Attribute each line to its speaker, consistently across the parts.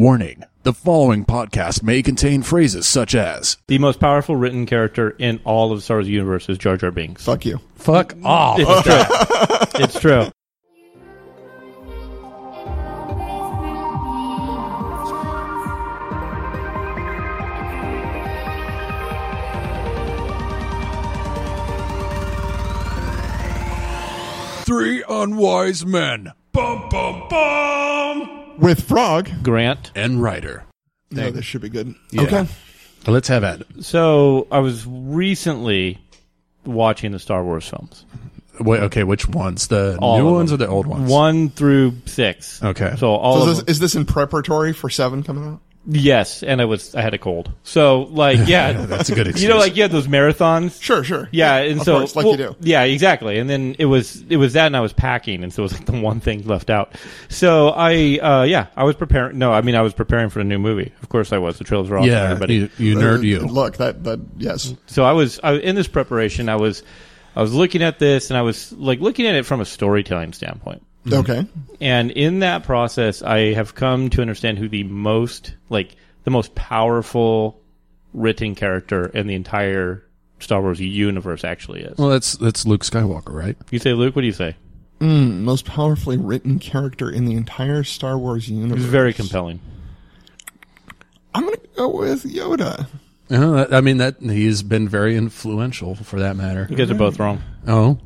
Speaker 1: Warning the following podcast may contain phrases such as
Speaker 2: The most powerful written character in all of Star Wars universe is Jar Jar Binks.
Speaker 3: Fuck you.
Speaker 4: Fuck off.
Speaker 2: It's true. it's true.
Speaker 1: Three Unwise Men. Bum, bum, bum.
Speaker 3: With Frog.
Speaker 2: Grant.
Speaker 1: And Ryder.
Speaker 3: No, this should be good.
Speaker 1: Yeah.
Speaker 3: Okay.
Speaker 1: Let's have at it.
Speaker 2: So I was recently watching the Star Wars films,
Speaker 1: Wait, okay, which ones? The
Speaker 2: All
Speaker 1: new
Speaker 2: of
Speaker 1: ones
Speaker 2: them.
Speaker 1: or the old ones?
Speaker 2: one through six.
Speaker 1: Okay.
Speaker 2: So all
Speaker 3: So
Speaker 2: of
Speaker 3: is
Speaker 2: them.
Speaker 3: this, is this in preparatory for seven coming out?
Speaker 2: Yes, and I was I had a cold. So like yeah,
Speaker 1: That's a good excuse.
Speaker 2: you know like you had those marathons.
Speaker 3: Sure, sure.
Speaker 2: Yeah, and
Speaker 3: of
Speaker 2: so
Speaker 3: course, like
Speaker 2: well,
Speaker 3: you do.
Speaker 2: Yeah, exactly. And then it was it was that, and I was packing, and so it was like the one thing left out. So I uh yeah, I was preparing. No, I mean I was preparing for the new movie. Of course I was. The trailers were off. and
Speaker 1: yeah,
Speaker 2: everybody.
Speaker 1: you, you nerd you.
Speaker 3: Look, that that yes.
Speaker 2: so I was I, in this preparation. I was I was looking at this, and I was like looking at it from a storytelling standpoint.
Speaker 1: Mm-hmm.
Speaker 3: Okay.
Speaker 2: And in that process, I have come to understand who the most like the most powerful written character in the entire Star Wars universe actually is.
Speaker 1: Well, that's that's Luke Skywalker, right?
Speaker 2: You say Luke? What do you say?
Speaker 3: Most powerfully written character in the entire Star Wars universe.
Speaker 2: He's very compelling.
Speaker 3: I'm gonna go with Yoda.
Speaker 1: Uh, I mean that he's been very influential for that matter.
Speaker 2: You guys are both wrong.
Speaker 1: Oh,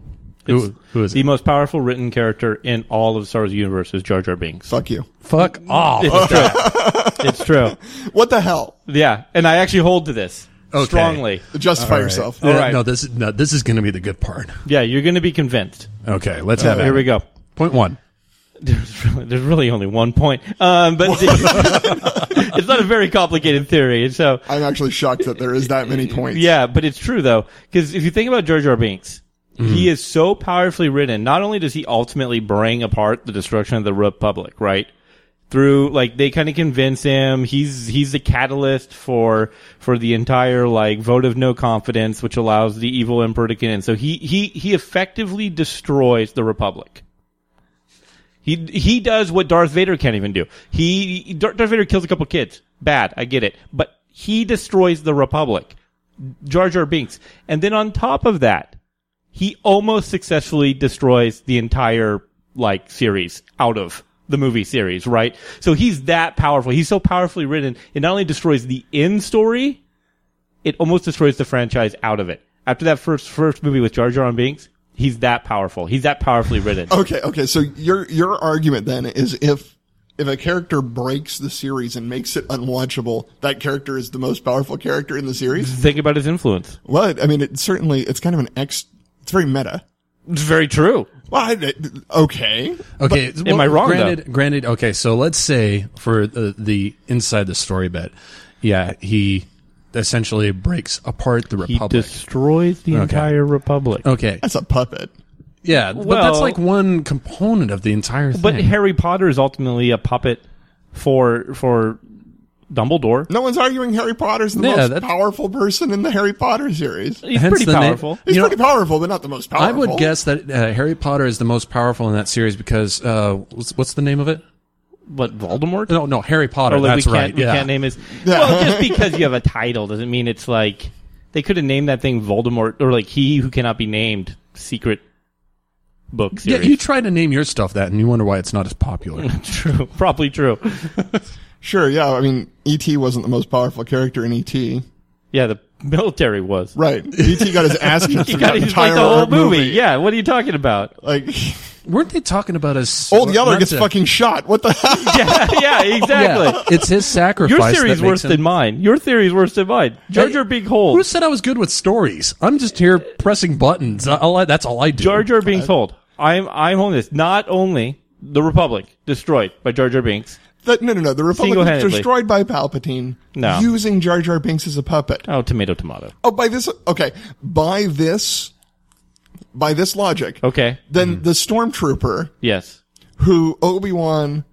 Speaker 1: who,
Speaker 2: It's
Speaker 1: who is
Speaker 2: The
Speaker 1: it?
Speaker 2: most powerful written character in all of Star Wars universe is Jar Jar Binks.
Speaker 3: Fuck you.
Speaker 4: Fuck off.
Speaker 2: It's true. it's true.
Speaker 3: What the hell?
Speaker 2: Yeah, and I actually hold to this
Speaker 1: Okay.
Speaker 2: strongly.
Speaker 3: Justify yourself.
Speaker 1: Yeah,
Speaker 2: right.
Speaker 1: No, this is no, this is going to be the good part.
Speaker 2: Yeah, you're going to be convinced.
Speaker 1: Okay, let's have
Speaker 2: Here
Speaker 1: it.
Speaker 2: we go.
Speaker 1: Point one.
Speaker 2: There's really, there's really only one point, um, but it's not a very complicated theory. So
Speaker 3: I'm actually shocked that there is that many points.
Speaker 2: yeah, but it's true though, because if you think about Jar Jar Binks, he is so powerfully written. Not only does he ultimately bring apart the destruction of the Republic, right? Through like they kind of convince him he's he's the catalyst for for the entire like vote of no confidence, which allows the evil emperor to get in. So he he he effectively destroys the Republic. He he does what Darth Vader can't even do. He Dar- Darth Vader kills a couple kids. Bad, I get it, but he destroys the Republic. Jar Jar Binks, and then on top of that, he almost successfully destroys the entire like series out of the movie series, right? So he's that powerful. He's so powerfully written. It not only destroys the end story, it almost destroys the franchise out of it. After that first first movie with Jar Jar on Binks, he's that powerful. He's that powerfully written.
Speaker 3: Okay, okay. So your your argument then is if if a character breaks the series and makes it unwatchable, that character is the most powerful character in the series?
Speaker 2: Think about his influence.
Speaker 3: Well, I mean, it's certainly, it's kind of an ex, it's very meta.
Speaker 2: It's very true.
Speaker 3: Well, I, okay.
Speaker 1: Okay,
Speaker 2: am I wrong, though?
Speaker 1: Granted, granted. Okay, so let's say for the, the inside the story bit, yeah, he essentially breaks apart the
Speaker 2: He
Speaker 1: republic.
Speaker 2: destroys the entire republic.
Speaker 1: okay,
Speaker 3: That's a puppet.
Speaker 1: yeah, but that's
Speaker 2: Well-
Speaker 1: like one component of the entire thing.
Speaker 2: But Harry Potter is ultimately a puppet for for Dumbledore.
Speaker 3: No one's arguing Harry Potter's the
Speaker 1: Yeah,
Speaker 3: most
Speaker 1: that's-
Speaker 3: powerful person in the Harry Potter series.
Speaker 2: He's
Speaker 1: Hence
Speaker 2: pretty
Speaker 1: the name.
Speaker 2: powerful.
Speaker 3: He's
Speaker 1: You know-
Speaker 3: pretty powerful, but not the most powerful.
Speaker 1: I would guess that uh, Harry Potter is the most powerful in that series because uh, what's, what's the name of it?
Speaker 2: What Voldemort?
Speaker 1: No, no, Harry Potter.
Speaker 2: Or, like,
Speaker 1: that's
Speaker 2: Oh, we can't,
Speaker 1: right.
Speaker 2: We
Speaker 1: yeah.
Speaker 2: can't name his. Well, just because you have a title doesn't mean it's like they could have named that thing Voldemort or like He Who Cannot Be Named Secret Book
Speaker 1: yeah,
Speaker 2: Series.
Speaker 1: you try to name your stuff that, and you wonder why it's not as popular.
Speaker 2: true, probably true.
Speaker 3: Sure, yeah. I mean, E.T. wasn't the most powerful character in E.T.
Speaker 2: Yeah, the military was.
Speaker 3: Right. E.T. got his ass kicked
Speaker 2: You
Speaker 3: through
Speaker 2: got
Speaker 3: the
Speaker 2: he's
Speaker 3: entire
Speaker 2: like the whole movie.
Speaker 3: movie.
Speaker 2: Yeah, what are you talking about?
Speaker 3: Like,
Speaker 1: Weren't they talking about his
Speaker 3: Old Yeller
Speaker 1: not
Speaker 3: gets
Speaker 1: to-
Speaker 3: fucking shot. What the hell?
Speaker 2: yeah, yeah, exactly.
Speaker 1: Yeah, it's his sacrifice.
Speaker 2: Your
Speaker 1: that makes
Speaker 2: theory's worse
Speaker 1: him-
Speaker 2: than mine. Your theory's worse than mine. Jar Jar Big Hole.
Speaker 1: Who said I was good with stories? I'm just here pressing buttons. I- I'll- that's all I do.
Speaker 2: Jar Jar
Speaker 3: Uh,
Speaker 2: Binks hold. I'm I'm holding this. Not only the Republic destroyed by Jar Jar Binks.
Speaker 3: That, no, no, no. The Republic was
Speaker 2: Single-handedly.
Speaker 3: destroyed by Palpatine
Speaker 2: No.
Speaker 3: using Jar Jar Binks as a puppet.
Speaker 2: Oh, tomato, tomato.
Speaker 3: Oh, by this, okay. By this, by this logic,
Speaker 2: Okay.
Speaker 3: then the stormtrooper
Speaker 2: Yes.
Speaker 3: who Obi Wan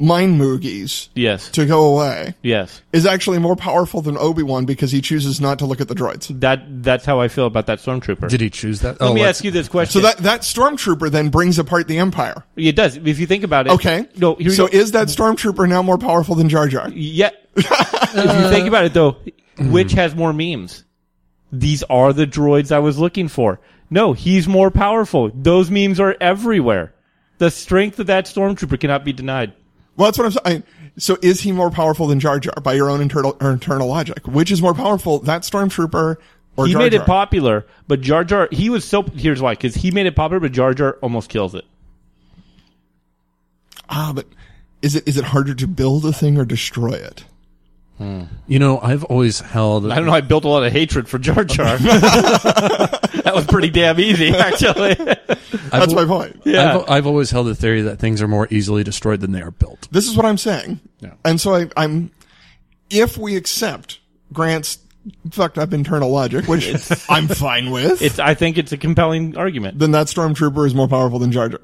Speaker 3: mind moogies
Speaker 2: Yes.
Speaker 3: to go away
Speaker 2: Yes.
Speaker 3: is actually more powerful than Obi Wan because he chooses not to look at the droids.
Speaker 2: That that's how I feel about that stormtrooper.
Speaker 1: Did he choose that? Oh,
Speaker 2: Let me
Speaker 1: let's-
Speaker 2: ask you this question.
Speaker 3: So that that stormtrooper then brings apart the Empire.
Speaker 2: it does. If you think about it.
Speaker 3: Okay.
Speaker 2: No. Here
Speaker 3: so
Speaker 2: you go.
Speaker 3: is that stormtrooper now more powerful than Jar Jar?
Speaker 2: yeah. if you think about it though, which has more memes? These are the droids I was looking for. No, he's more powerful. Those memes are everywhere. The strength of that stormtrooper cannot be denied.
Speaker 3: Well, that's what I'm saying. So is he more powerful than Jar Jar by your own internal or internal logic? Which is more powerful, that stormtrooper or
Speaker 2: He
Speaker 3: Jar
Speaker 2: made
Speaker 3: Jar?
Speaker 2: it popular, but Jar Jar, he was so, here's why, because he made it popular, but Jar Jar almost kills it.
Speaker 3: ah, but is it is it harder to build a thing or destroy it?
Speaker 1: You know, I've always held.
Speaker 2: I don't know, I built a lot of hatred for Jar Jar. that was pretty damn easy, actually.
Speaker 3: That's my point.
Speaker 2: Yeah.
Speaker 1: I've, I've always held the theory that things are more easily destroyed than they are built.
Speaker 3: This is what I'm saying.
Speaker 1: Yeah.
Speaker 3: And so I, I'm, if we accept Grant's fucked up internal logic, which I'm fine with,
Speaker 2: It's, I think it's a compelling argument.
Speaker 3: then that stormtrooper is more powerful than Jar Jar.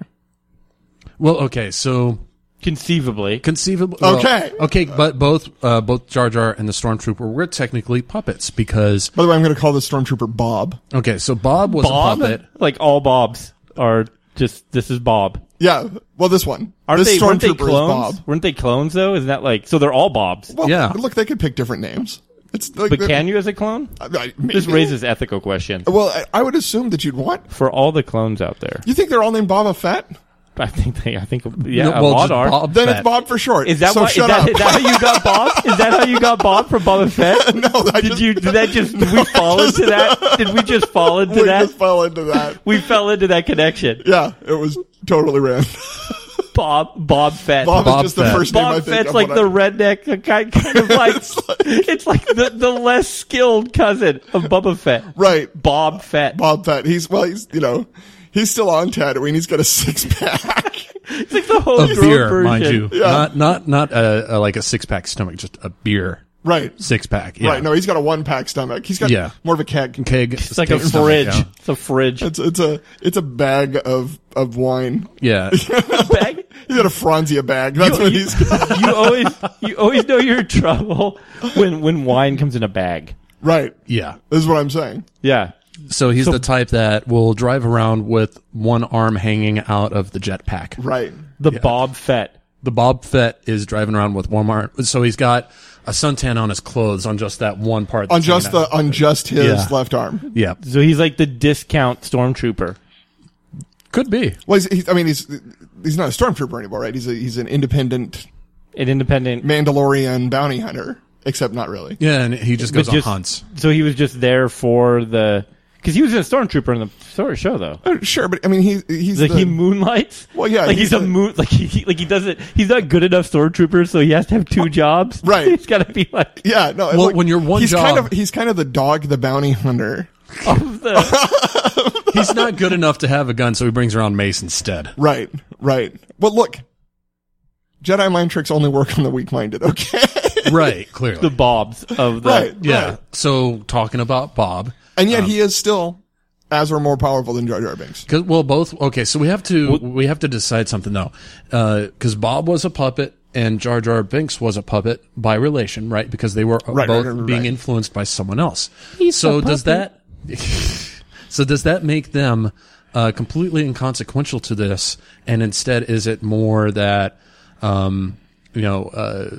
Speaker 1: Well, okay, so
Speaker 2: Conceivably.
Speaker 1: conceivable. well,
Speaker 3: Okay.
Speaker 1: okay, but both uh, both Jar Jar and the Stormtrooper were technically puppets because
Speaker 3: By the way, I'm going to call this stormtrooper Bob.
Speaker 1: okay, so Bob was
Speaker 2: Bob?
Speaker 1: a puppet.
Speaker 2: Like all Bobs are just, this is Bob.
Speaker 3: Yeah. Well, this one.
Speaker 2: Aren't
Speaker 3: this
Speaker 2: they, weren't they
Speaker 3: stormtrooper is
Speaker 2: clones?
Speaker 3: Bob.
Speaker 2: Weren't they clones though? Isn't that like, so they're all Bobs.
Speaker 3: Well,
Speaker 1: Yeah.
Speaker 3: Look, they could pick different names. It's like
Speaker 2: But can you as a clone?
Speaker 3: I,
Speaker 2: This
Speaker 3: maybe.
Speaker 2: raises ethical questions.
Speaker 3: Well, I, I would assume that you'd want.
Speaker 2: For all the clones out there,
Speaker 3: You think they're all named Boba Fett?
Speaker 2: I think they, I think, yeah,
Speaker 1: well,
Speaker 2: a lot
Speaker 1: just
Speaker 2: are.
Speaker 1: Bob
Speaker 3: Then
Speaker 1: Fett.
Speaker 3: it's Bob for short.
Speaker 2: Is that
Speaker 3: so
Speaker 2: why? Is
Speaker 3: Shut
Speaker 2: that,
Speaker 3: up.
Speaker 2: is that how you got Bob? Is that how you got Bob from Boba Fett?
Speaker 3: no, I
Speaker 2: did
Speaker 3: just,
Speaker 2: you? Did that just? Did we fall into that? Did we just fall into
Speaker 3: we
Speaker 2: that?
Speaker 3: just fell into that.
Speaker 2: we fell into that connection.
Speaker 3: yeah, it was totally random.
Speaker 2: Bob Bob Fett.
Speaker 3: Bob,
Speaker 1: Bob
Speaker 3: is just
Speaker 1: Fett.
Speaker 3: the first name I
Speaker 2: Bob
Speaker 3: think
Speaker 2: Fett's
Speaker 3: of
Speaker 2: like
Speaker 3: when I-
Speaker 2: the redneck uh, kind, kind of like it's like, the, the less skilled cousin of Boba Fett.
Speaker 3: right
Speaker 2: Bob Fett.
Speaker 3: Bob Fett. He's well, he's you know, he's still on Tatooine. He's got a six pack.
Speaker 2: It's like the whole
Speaker 1: a
Speaker 2: drone
Speaker 1: beer,
Speaker 2: version.
Speaker 1: mind you,
Speaker 3: Yeah.
Speaker 1: not not not a, a like a six pack stomach, just a beer
Speaker 3: right,
Speaker 1: six pack. Yeah.
Speaker 3: right. No, he's got a one pack stomach. He's got
Speaker 1: Yeah.
Speaker 3: more of a keg.
Speaker 1: keg.
Speaker 2: It's like a
Speaker 1: keg stomach,
Speaker 2: fridge.
Speaker 1: yeah.
Speaker 2: It's a fridge.
Speaker 3: It's it's a it's a bag of of wine.
Speaker 1: Yeah.
Speaker 2: Bag-
Speaker 3: He's got a Franzia bag. That's what
Speaker 2: you,
Speaker 3: he's got.
Speaker 2: you always you always know you're in trouble when when wine comes in a bag.
Speaker 3: Right.
Speaker 1: Yeah.
Speaker 3: This is what I'm saying.
Speaker 2: Yeah.
Speaker 1: So he's the type that will drive around with one arm hanging out of the jetpack.
Speaker 3: Right.
Speaker 2: The Bob Fett.
Speaker 1: The Bob Fett is driving around with one arm. So he's got a suntan on his clothes on just that one part.
Speaker 3: On
Speaker 1: that's
Speaker 3: just
Speaker 1: hanging out.
Speaker 3: the on just his
Speaker 1: Yeah.
Speaker 3: left arm.
Speaker 1: Yeah.
Speaker 2: So he's like the discount stormtrooper.
Speaker 1: Could be.
Speaker 3: Well, he's, he's I mean he's he's not a stormtrooper anymore, right? He's a, he's an independent
Speaker 2: An independent
Speaker 3: Mandalorian bounty hunter, except not really.
Speaker 1: Yeah. And he just goes on
Speaker 2: just-
Speaker 1: hunts.
Speaker 2: So he was just there for the because he was a stormtrooper in the sort of show though.
Speaker 3: Oh, Sure, but I mean he he's
Speaker 2: Like
Speaker 3: the,
Speaker 2: he moonlights.
Speaker 3: Well, yeah,
Speaker 2: like he's,
Speaker 3: he's
Speaker 2: a
Speaker 3: the-
Speaker 2: moon. Like he- he like he doesn't. He's not good enough stormtrooper, so he has to have two jobs.
Speaker 3: Oh, Right.
Speaker 2: he's got to be like
Speaker 3: yeah, no.
Speaker 1: Well, when you're one
Speaker 3: he's kind
Speaker 1: job-
Speaker 3: of he's kind of the dog, the bounty hunter,
Speaker 2: of the.
Speaker 1: He's not good enough to have a gun, so he brings around mace instead.
Speaker 3: Right, right. But look, Jedi mind tricks only work on the weak-minded. Okay,
Speaker 1: Right. Clearly.
Speaker 2: The bobs of the
Speaker 3: right,
Speaker 1: yeah. Um,
Speaker 3: right.
Speaker 1: So talking about Bob.
Speaker 3: And yet he is still, as we're more powerful than Jar Jar Binks.
Speaker 1: Cause, well, both. Okay, so we have to we have to decide something though, because Bob was a puppet and Jar Jar Binks was a puppet by relation, right? Because they were
Speaker 3: Right,
Speaker 1: both
Speaker 3: right, right, right,
Speaker 1: being
Speaker 3: right.
Speaker 1: influenced by someone else. so does that? so does that make them uh, completely inconsequential to this? And instead, is it more that um, you know uh,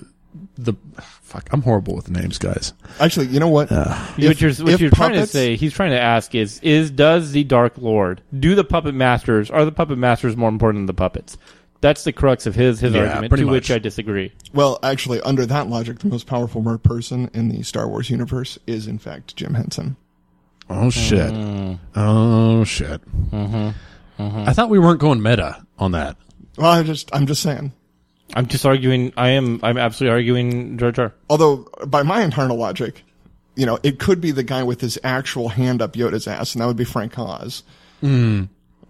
Speaker 1: the fuck? I'm horrible with names, guys.
Speaker 3: Actually, you know what?
Speaker 1: uh,
Speaker 2: what you're, what
Speaker 3: if
Speaker 2: you're trying to
Speaker 3: puppets-
Speaker 2: say, he's trying to ask is, is does the Dark Lord do the puppet masters? Are the puppet masters more important than the puppets? That's the crux of his his
Speaker 1: Yeah,
Speaker 2: argument, to
Speaker 1: pretty
Speaker 2: which
Speaker 1: much.
Speaker 2: I disagree.
Speaker 3: well, actually, under that logic, the most powerful mer- person in the Star Wars universe is, in fact, Jim Henson.
Speaker 1: Oh shit!
Speaker 3: Mm.
Speaker 1: Oh shit!
Speaker 3: Mm-hmm.
Speaker 1: I thought we weren't going meta on that.
Speaker 3: Well, I just I'm just saying.
Speaker 2: I'm just arguing. I am. I'm absolutely arguing Jar Jar.
Speaker 3: Although, by my internal logic, you know, it could be the guy with his actual hand up Yoda's ass, and that would be Frank Oz.
Speaker 2: It's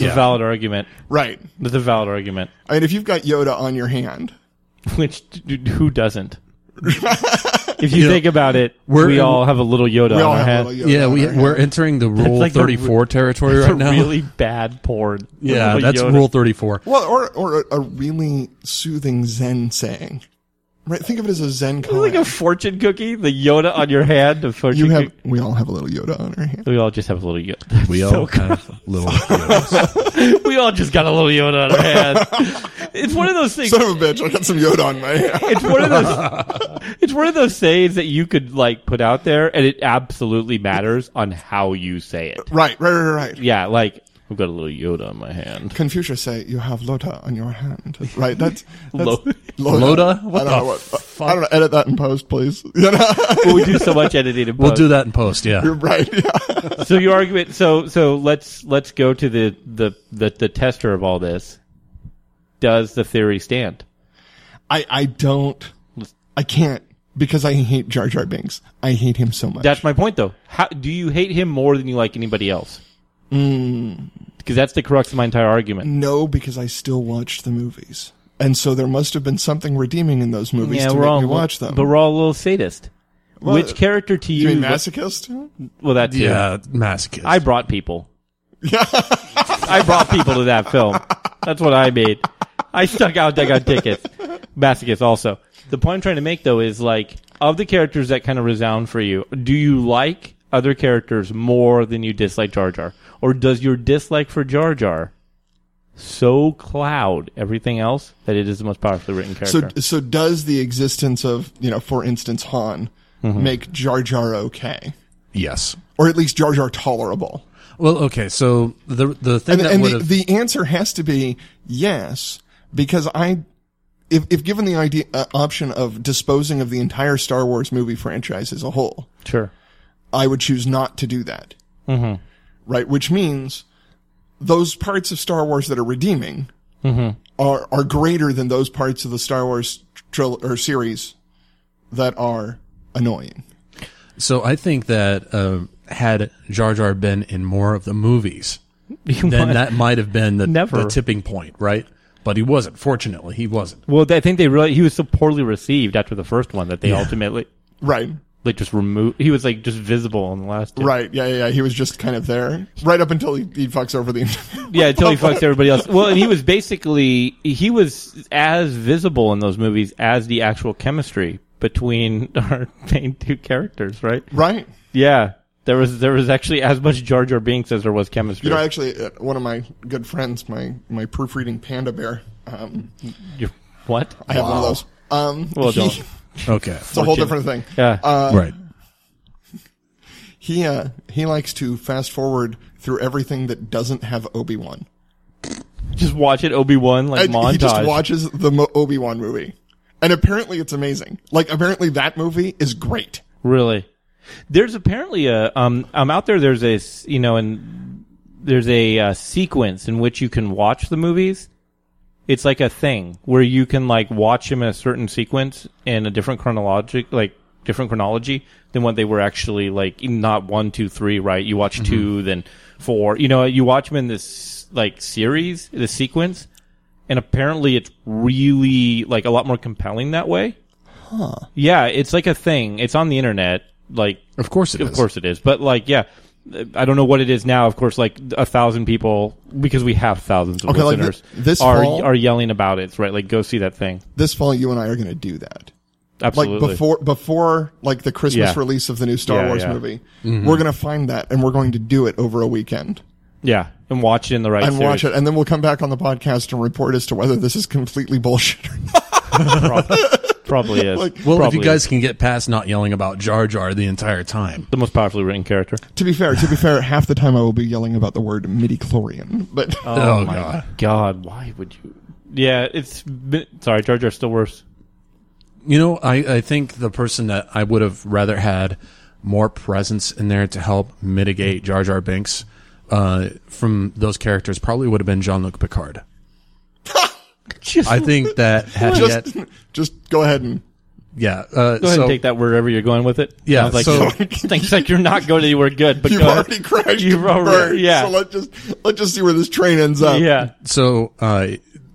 Speaker 2: a valid argument.
Speaker 3: Right.
Speaker 2: It's a valid argument.
Speaker 3: I mean, if you've got Yoda on your hand,
Speaker 2: Which d- d- who doesn't? If you
Speaker 1: know,
Speaker 2: think about it,
Speaker 1: we're-
Speaker 2: we all have a little Yoda on
Speaker 3: We all
Speaker 2: our
Speaker 3: have
Speaker 2: head.
Speaker 3: a little Yoda
Speaker 1: yeah,
Speaker 3: on
Speaker 1: we,
Speaker 3: our head.
Speaker 1: we're entering the rule
Speaker 2: like the
Speaker 1: 34 territory
Speaker 2: It's
Speaker 1: right
Speaker 2: a
Speaker 1: now.
Speaker 2: really bad porn. with
Speaker 1: yeah,
Speaker 2: little
Speaker 1: that's
Speaker 2: Yoda.
Speaker 1: rule 34.
Speaker 3: Well, or or a, a really soothing Zen saying, right? Think of it as a Zen
Speaker 2: It's
Speaker 3: koan.
Speaker 2: like a fortune cookie. The Yoda on your head. The fortune.
Speaker 3: you have
Speaker 2: cookie.
Speaker 3: we all have a little Yoda on our hand.
Speaker 2: We all just have a little Yoda.
Speaker 1: We all have little Yodas.
Speaker 2: we all just got a little Yoda on our head. it's one of those things.
Speaker 3: Son of a bitch! I got some Yoda on my hand.
Speaker 2: it's one of those. it's one of those sayings that you could like put out there, and it absolutely matters on how you say it.
Speaker 3: right, right, right, right.
Speaker 2: Yeah, like I've got a little Yoda on my hand.
Speaker 3: Confucius say you have Loda on your hand. Right. That's, that's
Speaker 2: Lo-
Speaker 1: Loda? What
Speaker 3: I
Speaker 1: the
Speaker 3: don't know what.
Speaker 1: fuck?
Speaker 3: I don't know. Edit that in post, please. You know?
Speaker 2: we do so much editing.
Speaker 1: We'll do that in post, yeah.
Speaker 3: You're right. Yeah.
Speaker 2: So your argument. So so let's let's go to the the the, the tester of all this. Does the theory stand?
Speaker 3: I I don't. I can't because I hate Jar Jar Binks. I hate him so much.
Speaker 2: That's my point, though. How do you hate him more than you like anybody else?
Speaker 3: Mm.
Speaker 2: Because that's the crux of my entire argument.
Speaker 3: no, because I still watched the movies, and so there must have been something redeeming in those movies
Speaker 2: yeah,
Speaker 3: to
Speaker 2: we're
Speaker 3: make
Speaker 2: all
Speaker 3: me watch them.
Speaker 2: but we're all a little sadist.
Speaker 3: Well,
Speaker 2: Which character to you?
Speaker 3: you mean masochist?
Speaker 2: well, that's
Speaker 1: Yeah, masochist.
Speaker 2: I brought people. I brought people to that film. That's what I made. I stuck out that got tickets. Masochist also. The point I'm trying to make though is like of the characters that kind of resound for you, do you like other characters more than you dislike Jar Jar? Or does your dislike for Jar Jar so cloud everything else that it is the most powerfully written
Speaker 3: So
Speaker 2: character?
Speaker 3: so does the existence of you know, for instance, Han make Jar Jar okay,
Speaker 1: yes.
Speaker 3: or at least Jar Jar tolerable?
Speaker 1: Well, okay, so the the thing
Speaker 3: And,
Speaker 1: that
Speaker 3: and
Speaker 1: would
Speaker 3: the,
Speaker 1: have.
Speaker 3: the answer has to be yes, because I, if, if given the idea uh, option of disposing of the entire Star Wars movie franchise as a whole,
Speaker 2: sure.
Speaker 3: I would choose not to do that.
Speaker 1: Mm-hmm.
Speaker 3: Right, which means those parts of Star Wars that are redeeming
Speaker 1: Mm-hmm.
Speaker 3: are are greater than those parts of the Star Wars tril- or series that are annoying.
Speaker 1: So I think that um, had Jar Jar been in more of the movies, then that might have been the,
Speaker 2: Never.
Speaker 1: the tipping point, right? But he wasn't. Fortunately, he wasn't.
Speaker 2: Well, I think they really he was so poorly received after the first one that they ultimately
Speaker 3: Right.
Speaker 2: like just removed. He was like just visible in the last. two.
Speaker 3: Right. Yeah, yeah, yeah. He was just kind of there. Right up until he, he fucks over the
Speaker 2: Yeah, until he fucks everybody else. Well, and he was basically he was as visible in those movies as the actual chemistry between our main two characters, right?
Speaker 3: Right.
Speaker 2: Yeah, there was there was actually as much Jar Jar Binks as there was chemistry.
Speaker 3: You know, actually, uh, one of my good friends, my my proofreading panda bear. Um,
Speaker 2: You- what?
Speaker 3: I have one of those. Um,
Speaker 2: Well,
Speaker 3: he-
Speaker 2: don't.
Speaker 1: Okay.
Speaker 3: it's a whole different thing.
Speaker 2: Yeah.
Speaker 3: Uh,
Speaker 1: right.
Speaker 3: He uh, he likes to fast forward through everything that doesn't have Obi Wan.
Speaker 2: just watch it, Obi Wan like montage.
Speaker 3: He just watches the Mo- Obi Wan movie, and apparently it's amazing. Like apparently that movie is great.
Speaker 2: Really? There's apparently a um um out there. There's a s- you know and there's a uh, sequence in which you can watch the movies. It's like a thing where you can like watch them in a certain sequence in a different chronologic like different chronology than what they were actually like not one two three right you watch two then four you know you watch them in this like series the sequence and apparently it's really like a lot more compelling that way huh yeah it's like a thing it's on the internet like
Speaker 1: Of course it is.
Speaker 2: of course it is. But like, yeah, I don't know what it is now. Of course, like a thousand people because we have thousands of
Speaker 3: Okay, like
Speaker 2: listeners
Speaker 3: thi- this
Speaker 2: are
Speaker 3: fall-
Speaker 2: are yelling about it. Right? Like, go see that thing.
Speaker 3: This fall, you and I are going to do that. Like
Speaker 2: Absolutely.
Speaker 3: before before like the Christmas
Speaker 2: Yeah.
Speaker 3: release of the new Star
Speaker 2: Yeah,
Speaker 3: Wars
Speaker 2: yeah. Mm-hmm.
Speaker 3: movie, we're going to find that and we're going to do it over a weekend.
Speaker 2: yeah, and watch it in the right.
Speaker 3: and
Speaker 2: series.
Speaker 3: watch it, and then we'll come back on the podcast and report as to whether this is completely bullshit. or not.
Speaker 2: Probably is.
Speaker 3: Like-
Speaker 1: Well, if
Speaker 2: Probably
Speaker 1: you guys can get past not yelling about Jar Jar the entire time,
Speaker 2: is. the most powerfully written character.
Speaker 3: to be fair, to be fair, half the time I will be yelling about the word midichlorian, but
Speaker 1: oh,
Speaker 2: my
Speaker 1: god,
Speaker 2: God, why would you? Yeah, it's been, sorry, Jar Jar's still worse.
Speaker 1: you know, I I think the person that I would have rather had more presence in there to help mitigate Jar Jar Binks uh, from those characters probably would have been Jean Luc Picard.
Speaker 2: Just
Speaker 1: I think that had he
Speaker 3: just
Speaker 1: had-
Speaker 3: just go ahead and
Speaker 1: yeah. Uh,
Speaker 2: go ahead
Speaker 1: so,
Speaker 2: and take that wherever you're going with it.
Speaker 1: Yeah,
Speaker 2: Sounds like
Speaker 1: so-
Speaker 2: you're- thanks. Like you're not going anywhere good. But
Speaker 3: you've
Speaker 2: go-
Speaker 3: already crashed.
Speaker 2: You've
Speaker 3: and
Speaker 2: already.
Speaker 3: burned,
Speaker 2: yeah.
Speaker 3: So let's just let's just see where this train ends up.
Speaker 2: yeah.
Speaker 1: So, uh,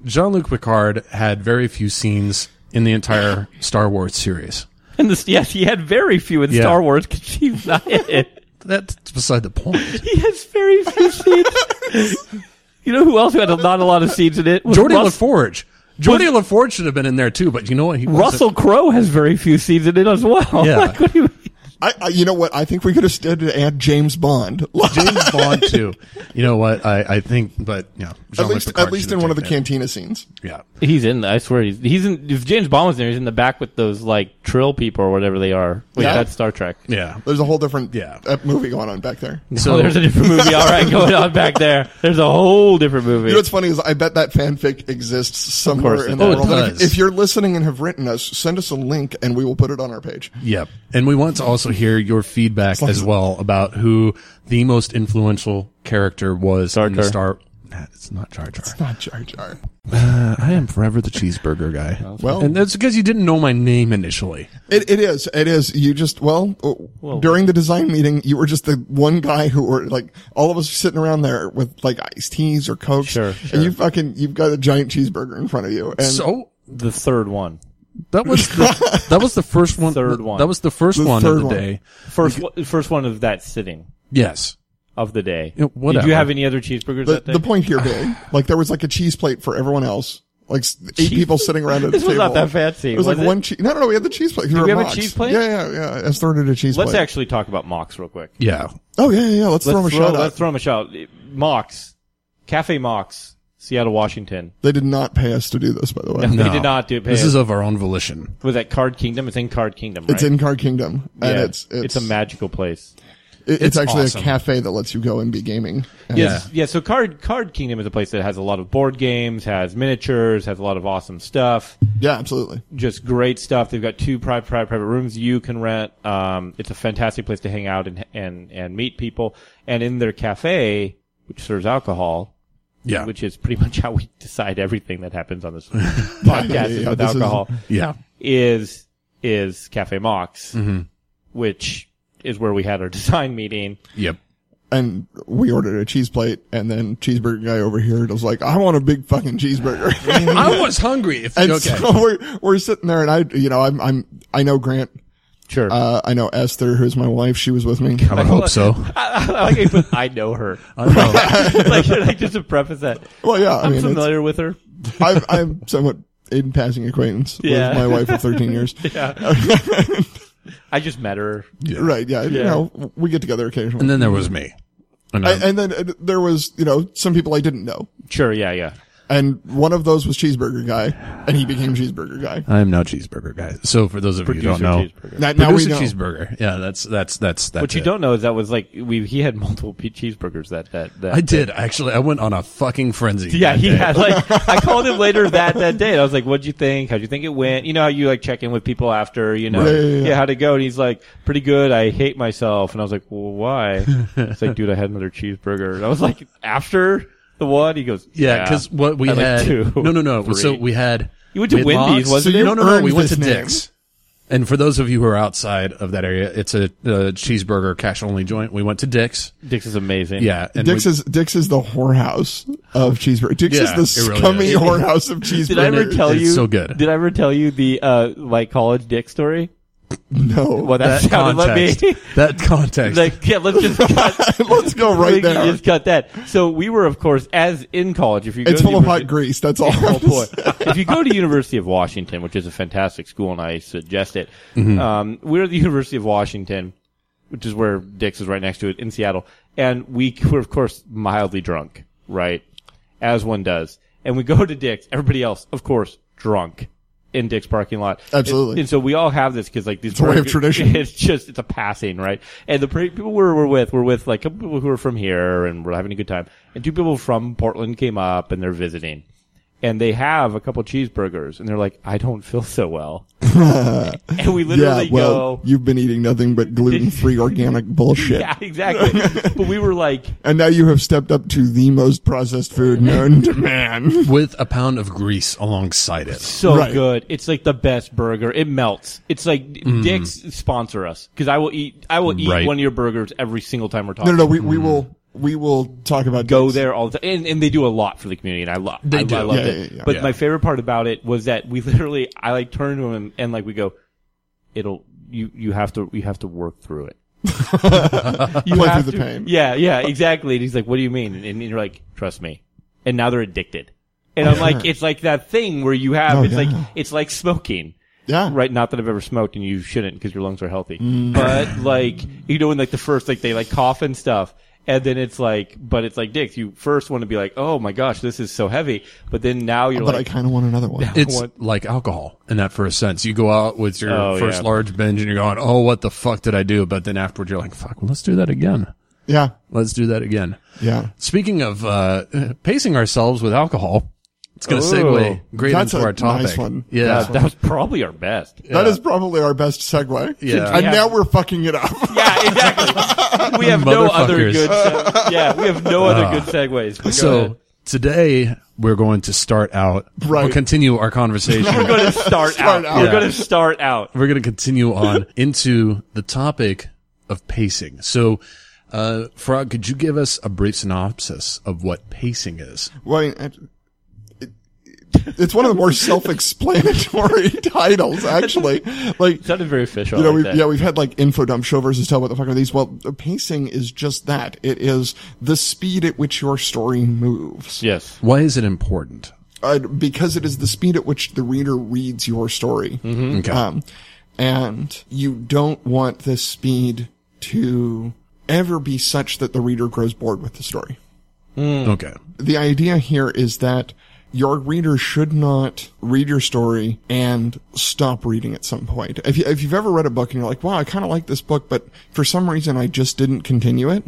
Speaker 1: Jean Luc Picard had very few scenes in the entire Star Wars series.
Speaker 2: in the yes, he had very few in
Speaker 1: Yeah.
Speaker 2: Star Wars because he's not in it.
Speaker 1: That's beside the point.
Speaker 2: He has very few scenes. you know who else who had a, not a lot of scenes in it? Was
Speaker 1: Jordy
Speaker 2: Rus-
Speaker 1: LaForge. Jordy LaForge should have been in there too, but you know what? He wasn't.
Speaker 2: Russell Crowe has very few scenes in it as well.
Speaker 1: Yeah.
Speaker 2: Like, what do you mean?
Speaker 3: I, I, you know what? I think we could have stood to add James Bond.
Speaker 1: James Bond too. You know what? I, I think, but yeah,
Speaker 3: at least, at least in one of the cantina scenes.
Speaker 1: Yeah,
Speaker 2: He's in. I swear, he's he's in. If James Bond was there, he's in the back with those like trill people or whatever they are. Wait,
Speaker 3: Yeah.
Speaker 2: that's Star Trek.
Speaker 1: yeah.
Speaker 3: There's a whole different
Speaker 1: Yeah.
Speaker 3: uh, movie going on back there. You
Speaker 2: So there's a different movie, all right, going on back there. There's a whole different movie.
Speaker 3: know what's funny is I bet that fanfic exists somewhere
Speaker 2: course it
Speaker 3: in the
Speaker 1: does.
Speaker 3: world.
Speaker 1: Oh, it
Speaker 3: And if-
Speaker 1: does.
Speaker 3: If you're listening and have written us, send us a link and we will put it on our page.
Speaker 1: Yep. And we want to also hear your feedback as well about who the most influential character was in the
Speaker 2: Jar.
Speaker 1: Star. Nah, It's not Jar Jar.
Speaker 3: Not Jar Jar.
Speaker 2: Uh,
Speaker 1: I am forever the cheeseburger guy.
Speaker 3: Well-
Speaker 1: and that's because you didn't know my name initially.
Speaker 3: It, it is. It is. You just, well, uh, during the design meeting, you were just the one guy who were like, all of us are sitting around there with like iced teas or Cokes.
Speaker 2: Sure,
Speaker 3: And you fucking, you've got a giant cheeseburger in front of you. And
Speaker 1: So
Speaker 2: the third one.
Speaker 1: that was the, that was the first one.
Speaker 2: Third one.
Speaker 1: That was the first
Speaker 3: The
Speaker 1: one
Speaker 3: third
Speaker 1: of the
Speaker 3: one.
Speaker 1: day.
Speaker 2: First, one- first one of that sitting
Speaker 1: Yes.
Speaker 2: of the day.
Speaker 1: Yeah,
Speaker 2: Did
Speaker 1: whatever.
Speaker 2: you have any other cheeseburgers
Speaker 3: the,
Speaker 2: that day?
Speaker 3: the point here being, like, there was like a cheese plate for everyone else. Like s- eight people sitting around at
Speaker 2: This
Speaker 3: the
Speaker 2: was
Speaker 3: table.
Speaker 2: not that fancy,
Speaker 3: It was,
Speaker 2: was
Speaker 3: like
Speaker 2: it?
Speaker 3: one cheese. No, no, no. We had the cheese plate. Did
Speaker 2: we have a cheese plate?
Speaker 3: Yeah, yeah, yeah. Let's throw it at a cheese
Speaker 2: Let's
Speaker 3: plate.
Speaker 2: actually talk about Mox real quick.
Speaker 1: Yeah.
Speaker 3: oh yeah, yeah. yeah. Let's,
Speaker 2: Let's
Speaker 3: throw him a
Speaker 2: throw,
Speaker 3: shout
Speaker 2: let's
Speaker 3: out.
Speaker 2: throw him a shout. Mox, Cafe Mox, Seattle, Washington.
Speaker 3: They did not pay us to do this, by the way.
Speaker 2: We did not do it.
Speaker 1: This is of our own volition.
Speaker 2: was that Card Kingdom? It's in Card Kingdom, right?
Speaker 3: It's in Card Kingdom, and
Speaker 2: Yeah.
Speaker 3: it's, it's
Speaker 2: a magical place.
Speaker 3: it- it's,
Speaker 1: it's
Speaker 3: actually
Speaker 1: awesome.
Speaker 3: a cafe that lets you go and be gaming. And
Speaker 1: Yeah.
Speaker 2: Yes. Yeah. So Card Card Kingdom is a place that has a lot of board games, has miniatures, has a lot of awesome stuff,
Speaker 3: Yeah, absolutely.
Speaker 2: just great stuff. They've got two private private, private rooms you can rent. Um, it's a fantastic place to hang out and and and meet people. And in their cafe, which serves alcohol,
Speaker 1: Yeah.
Speaker 2: which is pretty much how we decide everything that happens on this podcast
Speaker 3: Yeah,
Speaker 2: is
Speaker 3: yeah,
Speaker 2: with
Speaker 3: this is-
Speaker 2: alcohol.
Speaker 1: yeah.
Speaker 2: is is Cafe Mox,
Speaker 3: Mm-hmm.
Speaker 2: which is where we had our design meeting.
Speaker 1: Yep.
Speaker 3: And we ordered a cheese plate, and then cheeseburger guy over here was like, "I want a big fucking cheeseburger."
Speaker 1: I was hungry. If
Speaker 3: and
Speaker 1: okay.
Speaker 3: so we're we're sitting there, and I, you know, I'm I'm I know Grant,
Speaker 2: Sure.
Speaker 3: uh, I know Esther, who's my wife. She was with me.
Speaker 1: I would hope so.
Speaker 2: I, I like how you put, I know her. like, like just to preface that,
Speaker 3: Well, yeah, I
Speaker 2: I'm
Speaker 3: mean, it's-
Speaker 2: familiar with her.
Speaker 3: I'm, I'm somewhat in passing acquaintance
Speaker 2: Yeah.
Speaker 3: with my wife of 13 years.
Speaker 2: I just met her.
Speaker 3: Right? Yeah, you
Speaker 2: Yeah.
Speaker 3: know, we get together occasionally.
Speaker 1: And then um, there was me. And I-
Speaker 3: And- and then uh, there was, you know, some people I didn't know.
Speaker 2: Sure. Yeah. Yeah.
Speaker 3: And one of those was Cheeseburger Guy, and he became Cheeseburger Guy.
Speaker 1: I am now cheeseburger guy. So for those of you who don't
Speaker 2: Producer
Speaker 1: know,
Speaker 2: cheeseburger.
Speaker 3: Now, now we
Speaker 1: producer
Speaker 3: know.
Speaker 1: cheeseburger. Yeah, that's that's that's that's.
Speaker 2: What you
Speaker 1: it.
Speaker 2: don't know is that was like we he had multiple pe- cheeseburgers that that that.
Speaker 1: I did actually. I went on a fucking frenzy.
Speaker 2: yeah,
Speaker 1: that
Speaker 2: he
Speaker 1: day.
Speaker 2: had like I called him later that that day. And I was like, "What'd you think? How'd you think it went?" You know how you like check in with people after, you know,
Speaker 3: Right. Yeah, yeah, yeah.
Speaker 2: how'd it go? And he's like, "Pretty good. I hate myself." And I was like, "Well, why?" He's like, "Dude, I had another cheeseburger." And I was like, "After the one?" He goes,
Speaker 1: Yeah, because what we
Speaker 2: I had like
Speaker 1: had.
Speaker 2: two,
Speaker 1: no, no, no. So
Speaker 2: three.
Speaker 1: we had.
Speaker 2: You went to
Speaker 1: we had
Speaker 2: Wendy's,
Speaker 1: logs.
Speaker 2: wasn't
Speaker 1: So
Speaker 2: it?
Speaker 1: No, no, no.
Speaker 3: Earned
Speaker 1: We went to
Speaker 3: this name.
Speaker 1: Dick's. And for those of you who are outside of that area, it's a, uh cheeseburger cash only joint. We went to Dick's.
Speaker 2: Dix is amazing."
Speaker 1: Yeah, and
Speaker 3: Dix
Speaker 1: we-
Speaker 3: is Dix is the whorehouse of cheeseburger. Dix
Speaker 1: Yeah,
Speaker 3: is the
Speaker 1: it really
Speaker 3: scummy
Speaker 1: is.
Speaker 3: whorehouse of cheeseburger.
Speaker 2: Did I ever tell
Speaker 1: it's
Speaker 2: you?
Speaker 1: so good.
Speaker 2: Did I ever tell you the uh, like college dick story?
Speaker 3: No.
Speaker 2: Well,
Speaker 1: that
Speaker 2: that, sounded
Speaker 1: context.
Speaker 2: like me.
Speaker 1: That context.
Speaker 2: like, yeah, let's just cut.
Speaker 3: Let's go
Speaker 2: we
Speaker 3: right
Speaker 2: can
Speaker 3: there.
Speaker 2: Just cut that. So we were, of course, as in college. If you go
Speaker 3: It's
Speaker 2: to
Speaker 3: full of hot
Speaker 2: university-
Speaker 3: grease. That's all.
Speaker 2: Oh boy! if you go to University of Washington, which is a fantastic school, and I suggest it,
Speaker 3: Mm-hmm.
Speaker 2: um, we're at the University of Washington, which is where Dix is right next to it in Seattle, and we were of course mildly drunk, right, as one does, and we go to Dix. Everybody else, of course, drunk in Dick's parking lot.
Speaker 3: Absolutely.
Speaker 2: And, and so we all have this because like these it's
Speaker 3: a way of tradition.
Speaker 2: It's just it's a passing right, and the pra- people we're, we're with we're with like a couple people who are from here and we're having a good time, and two people from Portland came up and they're visiting and they have a couple cheeseburgers and they're like, I don't feel so well. and we literally
Speaker 3: Yeah. Well,
Speaker 2: go,
Speaker 3: you've been eating nothing but gluten-free organic bullshit.
Speaker 2: yeah, exactly. but we were like,
Speaker 3: And now you have stepped up to the most processed food known to man.
Speaker 1: with a pound of grease alongside it.
Speaker 2: so
Speaker 3: Right.
Speaker 2: good. It's like the best burger. It melts. It's like Dick's sponsor us because I will eat, I will eat
Speaker 1: Right.
Speaker 2: one of your burgers every single time we're talking.
Speaker 3: No, no, no. We, we will we will talk about
Speaker 2: go
Speaker 3: Dix.
Speaker 2: there all the time. And, and they do a lot for the community, and I love. They I,
Speaker 1: do.
Speaker 2: I loved
Speaker 3: Yeah,
Speaker 2: it.
Speaker 3: yeah, yeah.
Speaker 2: But
Speaker 1: Yeah.
Speaker 2: my favorite part about it was that we literally, I like turned to him and, and like we go, it'll you you have to you have to work through it.
Speaker 3: You Play through the pain.
Speaker 2: Yeah, yeah, exactly. And he's like, "What do you mean?" And, and you're like, "Trust me." And now they're addicted. And I'm like, it's like that thing where you have
Speaker 3: Oh,
Speaker 2: it's like it's like smoking.
Speaker 3: Yeah.
Speaker 2: Right, not that I've ever smoked, and you shouldn't because your lungs are healthy.
Speaker 3: Mm.
Speaker 2: But like, you know, in like the first, like they like cough and stuff, and then it's like, but it's like dicks. You first want to be like, oh my gosh, this is so heavy, but then now you're
Speaker 3: But I
Speaker 2: like,
Speaker 3: kind of want another one.
Speaker 1: It's
Speaker 2: What?
Speaker 1: like alcohol in that first sense. You go out with your
Speaker 2: Oh,
Speaker 1: first
Speaker 2: yeah.
Speaker 1: large binge and you're going, oh, what the fuck did I do? But then afterwards you're like, fuck, well, let's do that again.
Speaker 3: Yeah.
Speaker 1: Let's do that again.
Speaker 3: Yeah.
Speaker 1: Speaking of uh, pacing ourselves with alcohol, it's going to
Speaker 2: Ooh.
Speaker 1: segue great
Speaker 3: That's
Speaker 1: into
Speaker 3: a
Speaker 1: our topic.
Speaker 3: nice one.
Speaker 1: Yeah.
Speaker 2: uh, that was probably our best.
Speaker 3: That is probably our best segue.
Speaker 1: Yeah.
Speaker 3: And
Speaker 2: Yeah.
Speaker 3: now we're fucking it up.
Speaker 2: Yeah, exactly. We have no other
Speaker 1: Motherfuckers.
Speaker 2: good. Se- yeah, we have no other good segues. But go
Speaker 1: So
Speaker 2: ahead.
Speaker 1: today we're going to start out,
Speaker 3: Right.
Speaker 1: we'll continue our
Speaker 2: we're
Speaker 1: conversation.
Speaker 2: going to start, out.
Speaker 3: out.
Speaker 2: We're
Speaker 1: Yeah.
Speaker 2: going to start out.
Speaker 1: we're going to continue on into the topic of pacing. So, uh, Frog, could you give us a brief synopsis of what pacing is?
Speaker 3: Well, I mean, it, it- it's one of the more self-explanatory titles, actually. Like,
Speaker 2: It sounded very official.
Speaker 3: you know,
Speaker 2: like
Speaker 3: we've,
Speaker 2: that.
Speaker 3: yeah, we've had like info dump show versus tell. What the fuck are these? Well, pacing is just that. It is the speed at which your story moves,
Speaker 2: Yes.
Speaker 1: Why is it important?
Speaker 3: uh, because it is the speed at which the reader reads your story.
Speaker 2: Mm-hmm.
Speaker 1: Okay.
Speaker 3: Um, and you don't want this speed to ever be such that the reader grows bored with the story.
Speaker 2: Hmm.
Speaker 1: okay.
Speaker 3: The idea here is that your reader should not read your story and stop reading at some point. If, you, if you've ever read a book and you're like, wow, I kind of like this book, but for some reason I just didn't continue it,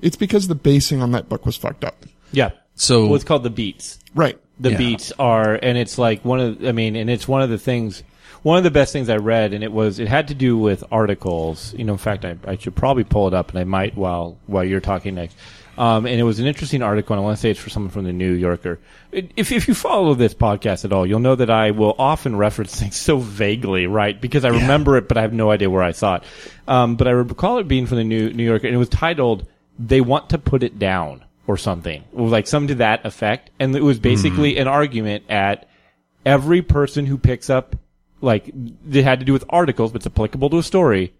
Speaker 3: it's because the basing on that book was fucked up.
Speaker 2: Yeah.
Speaker 1: So-
Speaker 2: what's called the beats.
Speaker 3: Right.
Speaker 2: the
Speaker 1: Yeah.
Speaker 2: beats are and it's like one of i mean and it's one of the things one of the best things i read and it was it had to do with articles you know in fact i, I should probably pull it up and i might while while you're talking next um, and it was an interesting article and i want to say it's for someone from the new yorker It- if, if you follow this podcast at all you'll know that i will often reference things so vaguely right because i remember it but i have no idea where i saw it um, but i recall it being from the new new yorker and it was titled they want to put it down or something, or like some to that effect. And it was basically an argument at every person who picks up, like, it had to do with articles, but it's applicable to a story,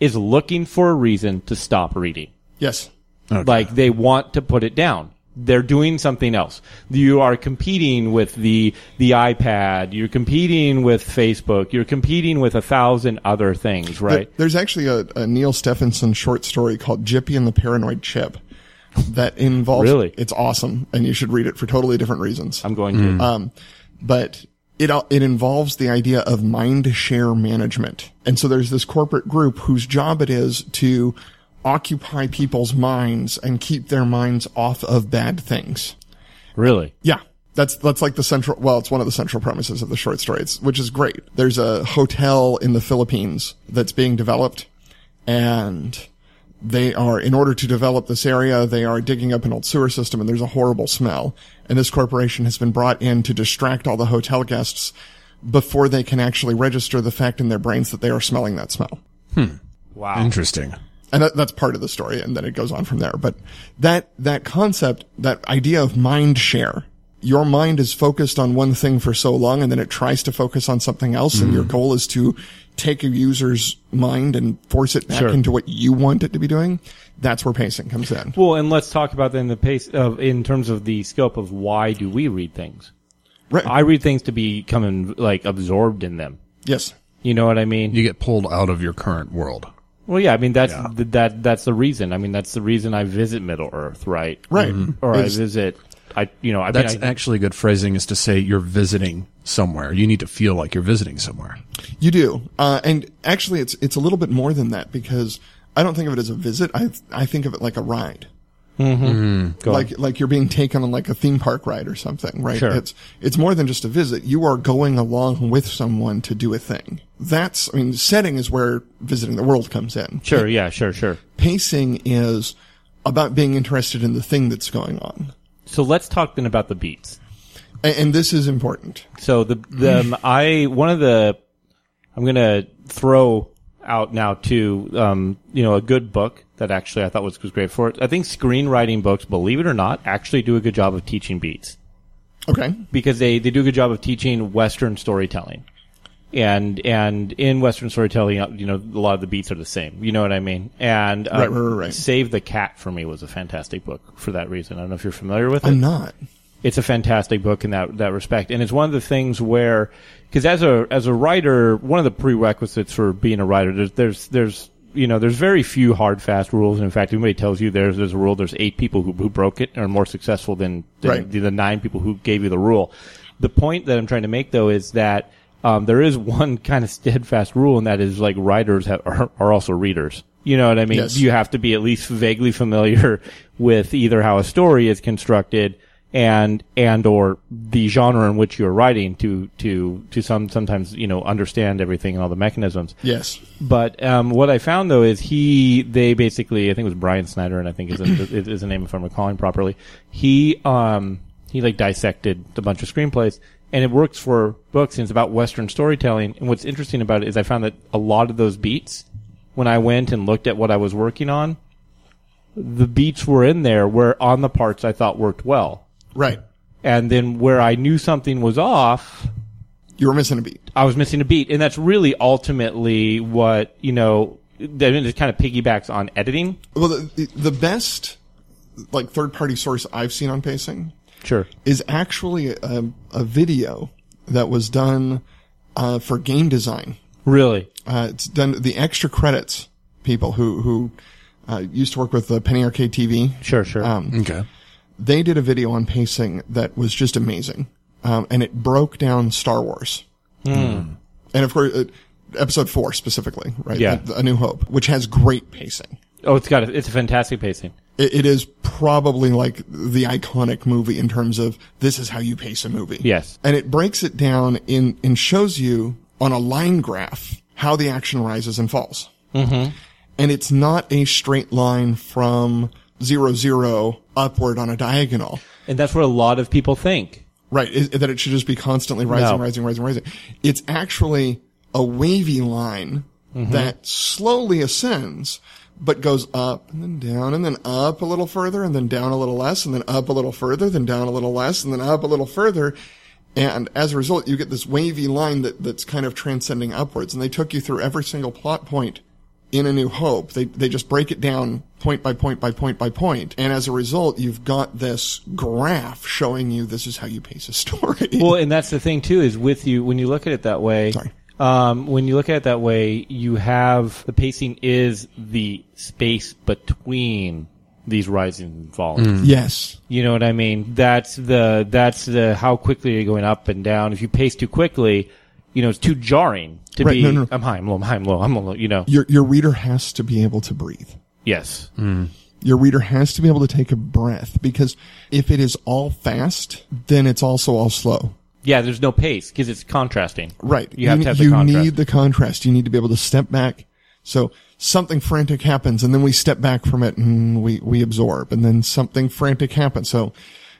Speaker 2: is looking for a reason to stop reading.
Speaker 3: Yes.
Speaker 2: Like they want to put it down. They're doing something else. You are competing with the the iPad. You're competing with Facebook. You're competing with a thousand other things,
Speaker 3: Th-
Speaker 2: right?
Speaker 3: There's actually a, a Neil Stephenson short story called Jippy and the Paranoid Chip that involves.
Speaker 2: Really?
Speaker 3: It's awesome, and you should read it for totally different reasons.
Speaker 2: I'm going to.
Speaker 3: Um, but it al- it involves the idea of mind share management, and so there's this corporate group whose job it is to occupy people's minds and keep their minds off of bad things.
Speaker 2: really?
Speaker 3: Yeah. That's that's like the central well, it's one of the central premises of the short story, it's, which is great. There's a hotel in the Philippines that's being developed and they are in order to develop this area, they are digging up an old sewer system and there's a horrible smell. And this corporation has been brought in to distract all the hotel guests before they can actually register the fact in their brains that they are smelling that smell
Speaker 2: Wow.
Speaker 1: Interesting.
Speaker 3: and that, that's part of the story and then it goes on from there but that that concept that idea of mind share your mind is focused on one thing for so long and then it tries to focus on something else and your goal is to take a user's mind and force it back into what you want it to be doing that's where pacing comes in
Speaker 2: Well, and let's talk about then the pace of in terms of the scope of why do we read things?
Speaker 3: right
Speaker 2: I read things to become in, like absorbed in them.
Speaker 3: yes
Speaker 2: You know what I mean?
Speaker 1: You get pulled out of your current world.
Speaker 2: well, yeah. I mean that's th- that that's the reason. I mean that's the reason I visit Middle Earth, Mm-hmm. right?
Speaker 3: right
Speaker 2: Or
Speaker 3: It's-
Speaker 2: I visit. I you know I
Speaker 1: That's
Speaker 2: mean, I,
Speaker 1: actually good phrasing is to say you're visiting somewhere. You need to feel like you're visiting somewhere.
Speaker 3: You do, uh, and actually, it's it's a little bit more than that because I don't think of it as a visit. I I think of it like a ride, mm-hmm.
Speaker 2: on.
Speaker 3: like like you're being taken on like a theme park ride or something, right?
Speaker 2: Sure.
Speaker 3: It's it's more than just a visit. You are going along with someone to do a thing. That's I mean, setting is where visiting the world comes in.
Speaker 2: sure, yeah, sure, sure.
Speaker 3: Pacing is about being interested in the thing that's going on,
Speaker 2: So let's talk then about the beats.
Speaker 3: and, and this is important.
Speaker 2: So the the um, I one of the I'm gonna throw out now too. Um, you know, a good book that actually I thought was was great for it. I think screenwriting books, believe it or not, actually do a good job of teaching beats
Speaker 3: Okay,
Speaker 2: because they they do a good job of teaching Western storytelling. and and in Western storytelling, uh, you know, a lot of the beats are the same. You know what I mean? And uh,
Speaker 3: Right, right, right, right.
Speaker 2: Save the Cat for me was a fantastic book for that reason. I don't know if you're familiar with it
Speaker 3: I'm not.
Speaker 2: it's a fantastic book in that that respect, and it's one of the things where, because as a as a writer, one of the prerequisites for being a writer, there's there's there's you know there's very few hard fast rules. And in fact, anybody tells you there's there's a rule, there's eight people who who broke it and are more successful than, than
Speaker 3: Right.
Speaker 2: the, the nine people who gave you the rule. The point that I'm trying to make though is that. Um, there is one kind of steadfast rule, and that is like writers have, are, are also readers. You know what I mean?
Speaker 3: Yes.
Speaker 2: You you have to be at least vaguely familiar with either how a story is constructed and and or the genre in which you're writing to to to some sometimes you know understand everything and all the mechanisms.
Speaker 3: Yes.
Speaker 2: But um, what I found though is he they basically I think it was Brian Snyder and I think is is is the name if I'm recalling properly. He um he like dissected a bunch of screenplays and it works for books and it's about Western storytelling. And what's interesting about it is I found that a lot of those beats when I went and looked at what I was working on, the beats were in there where on the parts I thought worked well.
Speaker 3: Right.
Speaker 2: And then where I knew something was off,
Speaker 3: You were missing a beat.
Speaker 2: I was missing a beat, and that's really ultimately what you know. That it kind of piggybacks on editing.
Speaker 3: Well, the, the best, like, third party source I've seen on pacing
Speaker 2: Sure.
Speaker 3: is actually a, a video that was done uh, for game design.
Speaker 2: Really.
Speaker 3: Uh, it's done the extra credits people who who uh, used to work with uh, Penny Arcade TV.
Speaker 2: Sure. Sure.
Speaker 1: Okay.
Speaker 3: They did a video on pacing that was just amazing, um, and it broke down Star Wars, and of course, uh, Episode Four specifically, right?
Speaker 2: Yeah.
Speaker 3: A, A New Hope, which has great pacing.
Speaker 2: oh, it's got a, it's a fantastic pacing.
Speaker 3: It, it is probably like the iconic movie in terms of this is how you pace a movie.
Speaker 2: Yes.
Speaker 3: and it breaks it down in and shows you on a line graph how the action rises and falls. Mm-hmm. And it's not a straight line from zero zero upward on a diagonal,
Speaker 2: And that's what a lot of people think.
Speaker 3: right? Is, that it should just be constantly rising,
Speaker 2: No.
Speaker 3: rising, rising, rising. It's actually a wavy line that slowly ascends. But goes up and then down and then up a little further and then down a little less and then up a little further, then down a little less and then up a little further. And as a result, you get this wavy line that, that's kind of transcending upwards. And they took you through every single plot point in A New Hope. They, they just break it down point by point by point by point. And as a result, you've got this graph showing you this is how you pace a story.
Speaker 2: Well, and that's the thing too is with you when you look at it that way.
Speaker 3: Sorry.
Speaker 2: Um, when you look at it that way, you have the pacing is the space between these rising and falling.
Speaker 3: yes.
Speaker 2: You know what I mean? That's the that's the how quickly you're going up and down. If you pace too quickly, you know it's too jarring to
Speaker 3: Right,
Speaker 2: be.
Speaker 3: no, no.
Speaker 2: I'm high, I'm low, I'm high, I'm low, I'm low. You know.
Speaker 3: Your, your reader has to be able to breathe.
Speaker 2: Yes.
Speaker 3: Your reader has to be able to take a breath because if it is all fast, then it's also all slow.
Speaker 2: Yeah. There's no pace because it's contrasting.
Speaker 3: Right.
Speaker 2: You have
Speaker 3: ne-
Speaker 2: to have the
Speaker 3: you
Speaker 2: contrast.
Speaker 3: need the contrast. You need to be able to step back. So something frantic happens and then we step back from it and we, we absorb and then something frantic happens. So,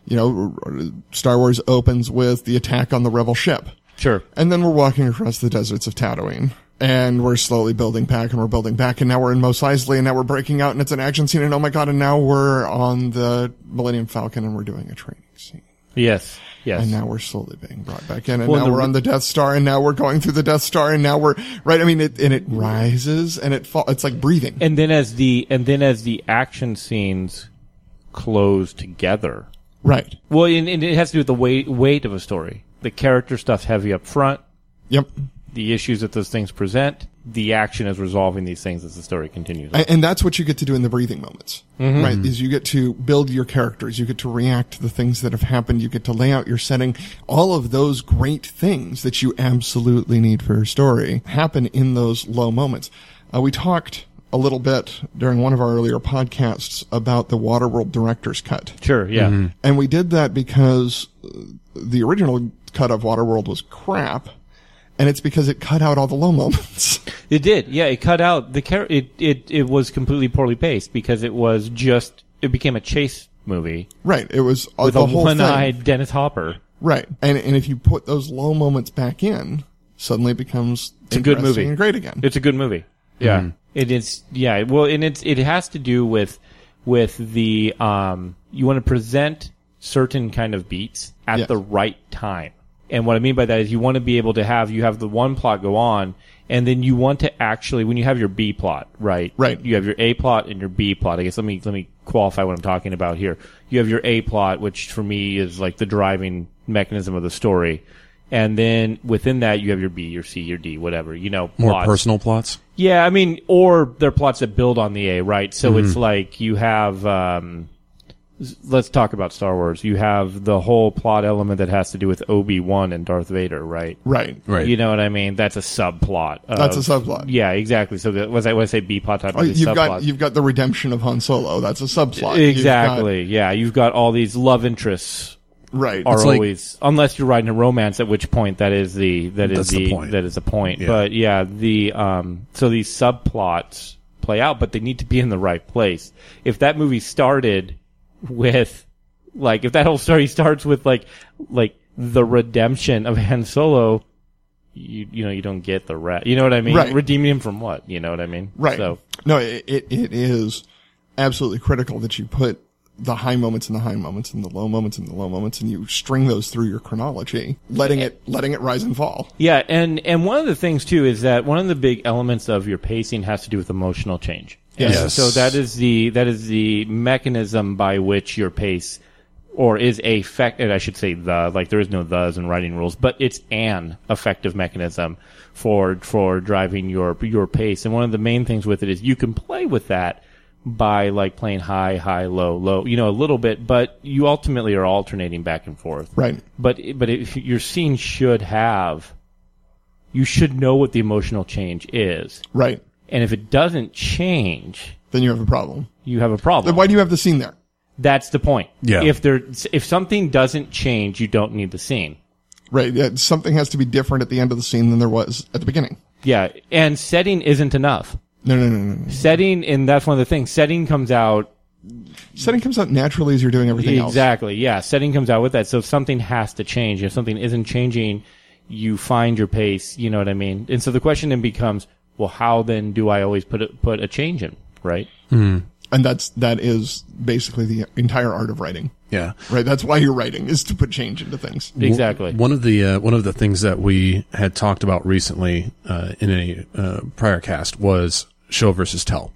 Speaker 3: you know, r- r- Star Wars opens with the attack on the rebel ship.
Speaker 2: Sure.
Speaker 3: And then we're walking across the deserts of Tatooine. And we're slowly building back and we're building back. And now we're in Mos Eisley and now we're breaking out and it's an action scene. And oh my God. And now we're on the Millennium Falcon and we're doing a training scene.
Speaker 2: Yes. Yes.
Speaker 3: And now we're slowly being brought back in, and
Speaker 2: Well,
Speaker 3: now
Speaker 2: the-
Speaker 3: we're on the Death Star, and now we're going through the Death Star, and now we're right. I mean, it and it rises and it falls. It's like breathing.
Speaker 2: and then as the and then as the action scenes close together.
Speaker 3: Right.
Speaker 2: Well, and, and it has to do with the weight weight of a story. The character stuff's heavy up front.
Speaker 3: Yep.
Speaker 2: The issues that those things present. The action is resolving these things as the story continues.
Speaker 3: A- And that's what you get to do in the breathing moments,
Speaker 2: Mm-hmm.
Speaker 3: right? Is you get to build your characters, you get to react to the things that have happened, you get to lay out your setting. All of those great things that you absolutely need for your story happen in those low moments. Uh, we talked a little bit during one of our earlier podcasts about the Waterworld director's cut.
Speaker 2: Sure. Yeah.
Speaker 3: And we did that because uh, the original cut of Waterworld was crap, and it's because it cut out all the low moments.
Speaker 2: It did. Yeah, it cut out the char- it, it it was completely poorly paced because it was just it became a chase movie
Speaker 3: right. It was uh,
Speaker 2: with
Speaker 3: the
Speaker 2: a
Speaker 3: whole thing.
Speaker 2: one-eyed Dennis Hopper.
Speaker 3: Right. And and if you put those low moments back in, suddenly it becomes
Speaker 2: a good
Speaker 3: interesting
Speaker 2: movie.
Speaker 3: and great again.
Speaker 2: It's a good movie. Yeah. It is yeah, well and it's it has to do with with the um you want to present certain kind of beats at
Speaker 3: Yes.
Speaker 2: the right time. And what I mean by that is you want to be able to have you have the one plot go on, and then you want to actually when you have your B plot, right?
Speaker 3: Right.
Speaker 2: You have your A plot and your B plot. I guess let me let me qualify what I'm talking about here. You have your A plot, which for me is like the driving mechanism of the story. And then within that you have your B, your C, your D, whatever, you know,
Speaker 1: More
Speaker 2: plots.
Speaker 1: personal plots.
Speaker 2: Yeah, I mean, or they're plots that build on the A, right? So it's
Speaker 3: Mm-hmm.
Speaker 2: like you have, um, s- let's talk about Star Wars. You have the whole plot element that has to do with Obi Wan and Darth Vader, right?
Speaker 3: Right.
Speaker 1: Right.
Speaker 2: You know what I mean? That's a subplot. Of,
Speaker 3: That's a subplot.
Speaker 2: Uh, Yeah, exactly. So that, was I when I say B plot type?
Speaker 3: Oh,
Speaker 2: of
Speaker 3: you've
Speaker 2: subplot.
Speaker 3: got you've got the redemption of Han Solo. That's a subplot. You've
Speaker 2: exactly. yeah, you've got all these love interests
Speaker 3: got- right.
Speaker 2: are
Speaker 1: like-
Speaker 2: always unless you're writing a romance, at which point that is the that is
Speaker 1: That's the
Speaker 2: the,
Speaker 1: point.
Speaker 2: that is the point. But yeah, the um so these subplots play out, but they need to be in the right place. If that movie started with like if that whole story starts with like like the redemption of Han Solo, you you know you don't get the rat. You know what I mean?
Speaker 3: Right.
Speaker 2: Redeeming him from what? You know what I mean?
Speaker 3: Right.
Speaker 2: So
Speaker 3: No, it, it it is absolutely critical that you put the high moments and the high moments and the low moments and the low moments and you string those through your chronology, letting it letting it rise and fall.
Speaker 2: Yeah, and and one of the things too is that one of the big elements of your pacing has to do with emotional change.
Speaker 3: Yes.
Speaker 2: And So that is the that is the mechanism by which your pace or is affected. I should say the like there is no the's in writing rules, but it's an effective mechanism for for driving your your pace. And one of the main things with it is you can play with that by like playing high, high, low, low, you know, a little bit, but you ultimately are alternating back and forth.
Speaker 3: Right.
Speaker 2: But but if your scene should have, you should know what the emotional change is,
Speaker 3: Right.
Speaker 2: and if it doesn't change,
Speaker 3: Then you have a problem.
Speaker 2: you have a
Speaker 3: Then
Speaker 2: problem.
Speaker 3: why do you have the scene there?
Speaker 2: That's the point.
Speaker 1: Yeah.
Speaker 2: If there if something doesn't change, you don't need the scene.
Speaker 3: Right. Yeah, something has to be different at the end of the scene than there was at the beginning.
Speaker 2: Yeah, and setting isn't enough.
Speaker 3: No, no, no, no, no.
Speaker 2: Setting, and that's one of the things. Setting comes out
Speaker 3: Setting comes out naturally as you're doing everything else.
Speaker 2: Exactly. Yeah. Setting comes out with that. So something has to change. If something isn't changing, you find your pace. You know what I mean? And so the question then becomes, well, how then do I always put a, put a change in? Right.
Speaker 3: And that's that is basically the entire art of writing.
Speaker 1: Yeah.
Speaker 3: Right. That's why you're writing is to put change into things.
Speaker 2: Exactly.
Speaker 1: One of the uh, one of the things that we had talked about recently uh, in a uh, prior cast was show versus tell,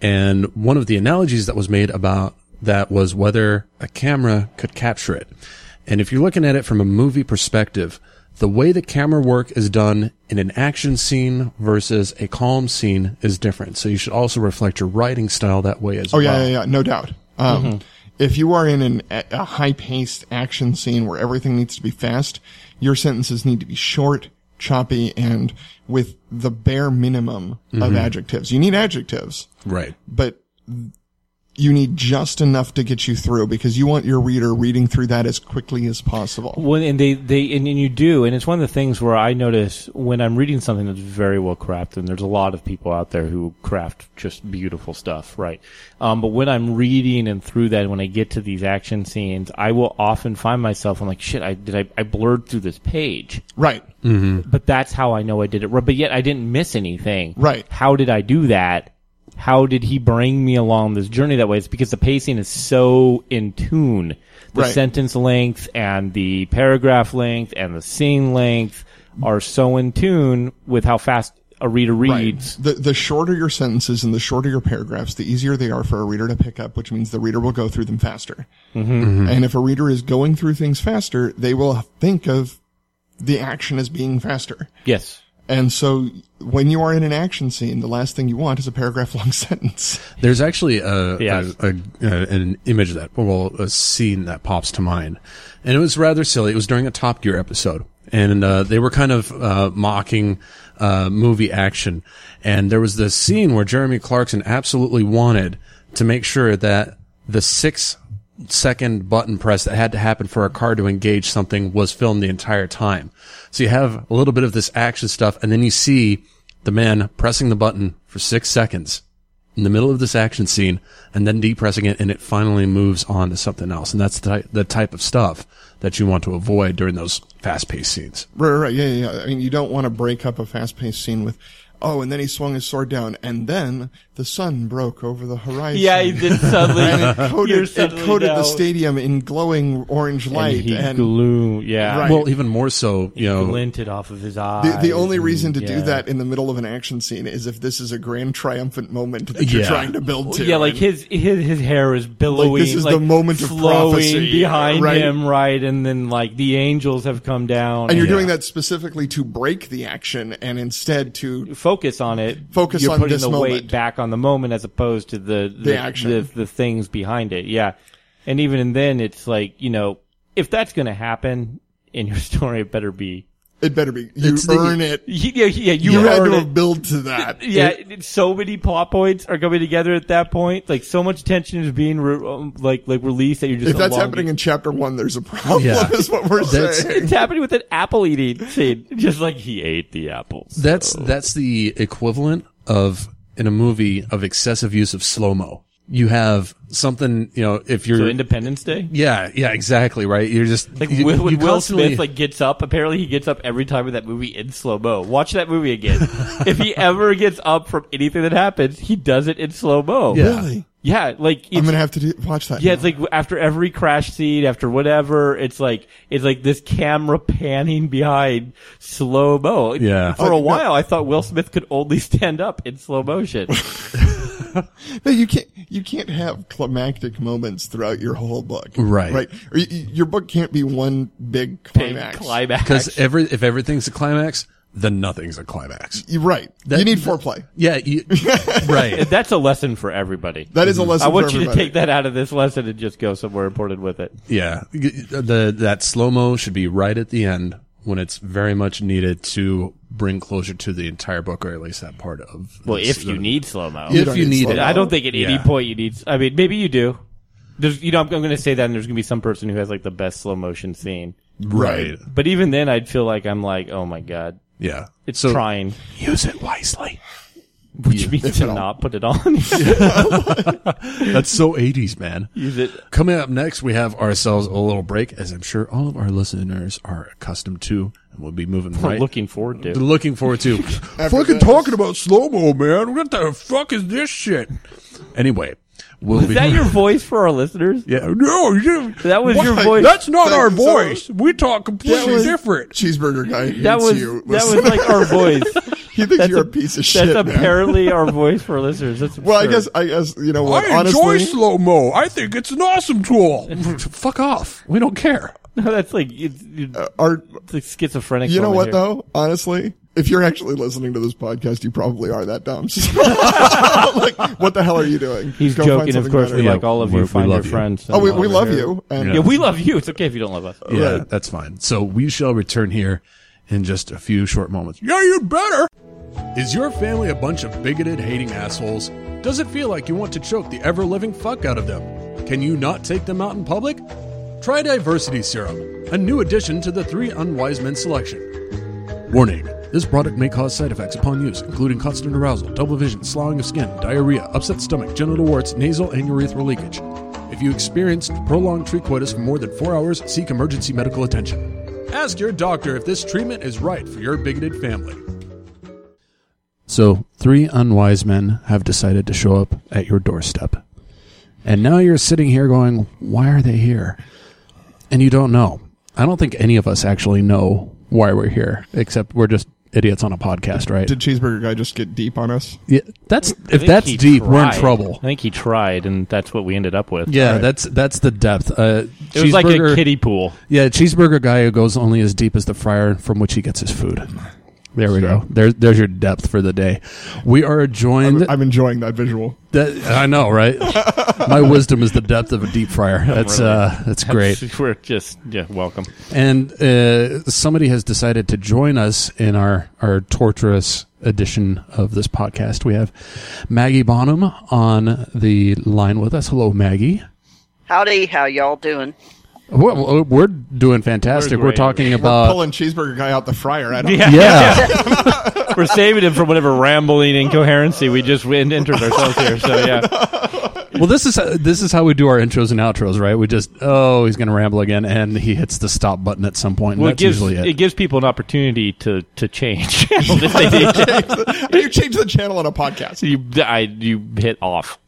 Speaker 1: and one of the analogies that was made about that was whether a camera could capture it. And if you're looking at it from a movie perspective, the way the camera work is done in an action scene versus a calm scene is different. So you should also reflect your writing style that way as
Speaker 3: Oh
Speaker 1: well.
Speaker 3: yeah, yeah, yeah, no doubt. Um, If you are in an, a a high-paced action scene where everything needs to be fast, your sentences need to be short, choppy, and with the bare minimum of adjectives. You need adjectives,
Speaker 1: Right.
Speaker 3: but you need just enough to get you through because you want your reader reading through that as quickly as possible.
Speaker 2: Well, and they, they and, and you do, and it's one of the things where I notice when I'm reading something that's very well crafted, and there's a lot of people out there who craft just beautiful stuff, right? Um, but when I'm reading and through that, when I get to these action scenes, I will often find myself, I'm like, shit, I did, I, I blurred through this page,
Speaker 3: Right.
Speaker 2: but that's how I know I did it right. But yet I didn't miss anything,
Speaker 3: Right.
Speaker 2: How did I do that? How did he bring me along this journey that way? It's because the pacing is so in tune. The
Speaker 3: Right.
Speaker 2: sentence length and the paragraph length and the scene length are so in tune with how fast a reader reads.
Speaker 3: The the shorter your sentences and the shorter your paragraphs, the easier they are for a reader to pick up, which means the reader will go through them faster.
Speaker 2: Mm-hmm.
Speaker 3: And if a reader is going through things faster, they will think of the action as being faster.
Speaker 2: Yes.
Speaker 3: And so when you are in an action scene, the last thing you want is a paragraph long sentence.
Speaker 1: There's actually a,
Speaker 2: Yes.
Speaker 1: a, a, a- an image that well a scene that pops to mind, and it was rather silly. It was during a Top Gear episode, and uh, they were kind of uh, mocking uh, movie action, and there was this scene where Jeremy Clarkson absolutely wanted to make sure that the six second button press that had to happen for a car to engage something was filmed the entire time. So you have a little bit of this action stuff, and then you see the man pressing the button for six seconds in the middle of this action scene and then depressing it and it finally moves on to something else and that's the, ty- the type of stuff that you want to avoid during those fast-paced scenes
Speaker 3: Right, right, right. Yeah, yeah, yeah. I mean, you don't want to break up a fast paced scene with Oh, and then he swung his sword down, and then the sun broke over the horizon.
Speaker 2: Yeah, he did suddenly.
Speaker 3: and it
Speaker 2: You're
Speaker 3: coated, it
Speaker 2: suddenly
Speaker 3: coated
Speaker 2: now-
Speaker 3: the stadium in glowing orange light.
Speaker 2: And he
Speaker 3: and-
Speaker 2: glue. Yeah.
Speaker 3: Right.
Speaker 1: Well, even more so, you know,
Speaker 2: Glinted off of his eyes.
Speaker 3: The, the only reason to
Speaker 2: yeah.
Speaker 3: do that in the middle of an action scene is if this is a grand triumphant moment that you're
Speaker 1: Yeah.
Speaker 3: trying to build to.
Speaker 2: Yeah, like
Speaker 3: And
Speaker 2: his his his hair is billowing.
Speaker 3: Like, this is the
Speaker 2: like,
Speaker 3: moment of
Speaker 2: flowing
Speaker 3: prophecy, uh,
Speaker 2: behind
Speaker 3: right?
Speaker 2: him, right? And then like the angels have come down,
Speaker 3: and you're
Speaker 2: yeah.
Speaker 3: doing that specifically to break the action and instead to
Speaker 2: Focus on it.
Speaker 3: Focus
Speaker 2: you're
Speaker 3: on
Speaker 2: putting
Speaker 3: this
Speaker 2: the weight
Speaker 3: moment.
Speaker 2: back on the moment as opposed to the the,
Speaker 3: action.
Speaker 2: the the things behind it. Yeah, and even then, it's like you know, if that's going to happen in your story, it better be.
Speaker 3: it better be you
Speaker 1: It's the-
Speaker 3: earn it.
Speaker 2: Yeah, yeah, you,
Speaker 3: You had
Speaker 2: earned
Speaker 3: to
Speaker 2: it.
Speaker 3: have built to that.
Speaker 2: Yeah, it- so many plot points are coming together at that point. Like so much tension is being re- um, like like released that you're just
Speaker 3: if that's
Speaker 2: elongating-
Speaker 3: happening in chapter one, there's a problem.
Speaker 1: Yeah.
Speaker 3: Is what we're
Speaker 1: That's-
Speaker 3: saying.
Speaker 2: It's happening with an apple eating scene. Just like he ate the apples.
Speaker 1: that's that's the equivalent of in a movie of excessive use of slow mo. You have something, you know, if you're
Speaker 2: so Independence Day.
Speaker 1: yeah, yeah, exactly, right. You're just
Speaker 2: Like
Speaker 1: you-
Speaker 2: Will, when
Speaker 1: you
Speaker 2: Will
Speaker 1: constantly-
Speaker 2: Smith like gets up, apparently he gets up every time in that movie in slow mo. Watch that movie again. if he ever gets up from anything that happens, he does it in slow mo.
Speaker 1: Yeah.
Speaker 3: Really?
Speaker 2: yeah, like
Speaker 3: I'm
Speaker 2: it's-
Speaker 3: gonna have to do, watch that.
Speaker 2: Yeah,
Speaker 3: now.
Speaker 2: it's like after every crash scene, after whatever, it's like it's like this camera panning behind slow mo.
Speaker 1: Yeah.
Speaker 2: For
Speaker 3: Oh,
Speaker 2: a
Speaker 3: no.
Speaker 2: while, I thought Will Smith could only stand up in slow motion.
Speaker 3: No, you can't. You can't have climactic moments throughout your whole book,
Speaker 1: Right.
Speaker 3: Right. Or y y- your book can't be one big
Speaker 2: Big
Speaker 3: climax.
Speaker 2: climax.
Speaker 1: because every if everything's a climax, then nothing's a climax.
Speaker 3: You're right.
Speaker 1: That-
Speaker 3: you need foreplay.
Speaker 1: Yeah, you, right.
Speaker 2: that's a lesson for everybody.
Speaker 3: That
Speaker 1: Mhm.
Speaker 3: is a lesson.
Speaker 2: I want
Speaker 3: for
Speaker 2: you to
Speaker 3: everybody.
Speaker 2: take that out of this lesson and just go somewhere important with it.
Speaker 1: Yeah, the that slow mo should be right at the end when it's very much needed to bring closure to the entire book, or at least that part of.
Speaker 2: Well,
Speaker 1: this- uh,
Speaker 2: if you need slow mo,
Speaker 1: if
Speaker 3: don't
Speaker 1: you
Speaker 3: need
Speaker 1: need it,
Speaker 3: slow-mo.
Speaker 2: I don't think at any
Speaker 1: Yeah.
Speaker 2: point you need. I mean, maybe you do. There's, you know, I'm, I'm going to say that, and there's going to be some person who has like the best slow motion scene.
Speaker 1: right?
Speaker 2: But even then, I'd feel like I'm like, oh my god,
Speaker 1: Yeah,
Speaker 2: it's
Speaker 1: So,
Speaker 2: trying.
Speaker 1: Use it wisely.
Speaker 2: which means to
Speaker 3: all.
Speaker 2: not put it on.
Speaker 1: That's so eighties, man.
Speaker 2: Use it.
Speaker 1: Coming up next, we have ourselves a little break, as I'm sure all of our listeners are accustomed to, and we'll be moving right.
Speaker 2: Looking forward to.
Speaker 1: looking forward to fucking
Speaker 3: this.
Speaker 1: talking about slow mo, man. What the fuck is this shit? Anyway, we'll be
Speaker 2: Is that your voice for our listeners?
Speaker 1: Yeah, no, you,
Speaker 2: That was your
Speaker 3: What?
Speaker 2: voice.
Speaker 1: That's not
Speaker 3: That-
Speaker 1: our
Speaker 3: so-
Speaker 1: voice. we talk completely
Speaker 3: was-
Speaker 1: different.
Speaker 3: Cheeseburger guy.
Speaker 2: that
Speaker 3: hates
Speaker 2: was
Speaker 3: you.
Speaker 2: that
Speaker 3: Listen.
Speaker 2: was like our voice.
Speaker 3: he thinks
Speaker 2: That's
Speaker 3: you're a, piece of shit.
Speaker 2: That's
Speaker 3: man.
Speaker 2: apparently our voice for our listeners. That's
Speaker 3: Well, I
Speaker 2: absurd.
Speaker 3: guess I guess you know what.
Speaker 1: I
Speaker 3: honestly,
Speaker 1: enjoy slow mo. I think it's an awesome tool. Fuck off. We don't care.
Speaker 2: that's like it's,
Speaker 3: Uh,
Speaker 2: it's
Speaker 3: our
Speaker 2: like schizophrenic.
Speaker 3: you know
Speaker 2: over
Speaker 3: what
Speaker 2: here.
Speaker 3: though? Honestly, if you're actually listening to this podcast, you probably are that dumb. So, like, what the hell are you doing?
Speaker 2: He's
Speaker 3: Go find
Speaker 2: joking. Of
Speaker 3: something
Speaker 2: course,
Speaker 3: better.
Speaker 2: we
Speaker 1: Yeah,
Speaker 2: like all of
Speaker 1: we-
Speaker 2: you.
Speaker 1: we
Speaker 2: Find your
Speaker 1: love you.
Speaker 2: friends.
Speaker 3: Oh, we,
Speaker 2: and
Speaker 3: we
Speaker 2: over
Speaker 3: love
Speaker 2: here.
Speaker 3: you. And
Speaker 2: Yeah, we love you. It's okay if you don't love us.
Speaker 1: Yeah, that's fine. So we shall return here in just a few short moments. Yeah, you'd better. Is your family a bunch of bigoted, hating assholes? Does it feel like you want to choke the ever living fuck out of them? Can you not take them out in public? Try Diversity Serum, a new addition to the Three Unwise Men selection. Warning This product may cause side effects upon use, including constant arousal, double vision, sloughing of skin, diarrhea, upset stomach, genital warts, nasal and urethral leakage. If you experienced prolonged trequoitis for more than four hours, seek emergency medical attention. Ask your doctor if this treatment is right for your bigoted family. So, three unwise men have decided to show up at your doorstep. And now you're sitting here going, why are they here? and you don't know. I don't think any of us actually know why we're here, except we're just idiots on a podcast, right?
Speaker 3: did Cheeseburger guy just get deep on us?
Speaker 1: yeah, that's
Speaker 2: I
Speaker 1: if
Speaker 2: think
Speaker 1: that's
Speaker 2: he
Speaker 1: deep, we're in
Speaker 2: tried. I
Speaker 1: trouble.
Speaker 2: think he tried, and that's what we ended up with.
Speaker 1: Yeah,
Speaker 3: Right.
Speaker 1: that's that's the depth. Uh,
Speaker 2: It was like
Speaker 1: cheeseburger-
Speaker 2: a kiddie pool.
Speaker 1: Yeah, cheeseburger guy who goes only as deep as the fryer from which he gets his food. There we go. There's there's your depth for the day. We are joined.
Speaker 3: I'm enjoying that visual.
Speaker 1: that, I know, right? My wisdom is the depth of a deep fryer. That's uh, that's great.
Speaker 2: We're just yeah, welcome.
Speaker 1: And uh, somebody has decided to join us in our, our torturous edition of this podcast. We have Maggie Bonham on the line with us. Hello, Maggie.
Speaker 4: Howdy, how y'all doing?
Speaker 1: We're, we're doing fantastic.
Speaker 2: We're
Speaker 1: We're,
Speaker 2: great.
Speaker 1: talking
Speaker 3: We're
Speaker 1: about.
Speaker 3: pulling Cheeseburger guy out the fryer. I don't.
Speaker 2: Uh, Yeah.
Speaker 1: Yeah.
Speaker 2: We're saving him from whatever rambling incoherency we just en- entered ourselves here. So yeah,
Speaker 1: Well, this is this is how we do our intros and outros, right? We just oh, he's going to ramble again, and he hits the stop button at some point. And
Speaker 2: Well, it
Speaker 1: that's
Speaker 2: gives
Speaker 1: usually it.
Speaker 2: it gives people an opportunity to to change. if they did.
Speaker 3: you change the channel on a podcast.
Speaker 2: You, I, you hit off.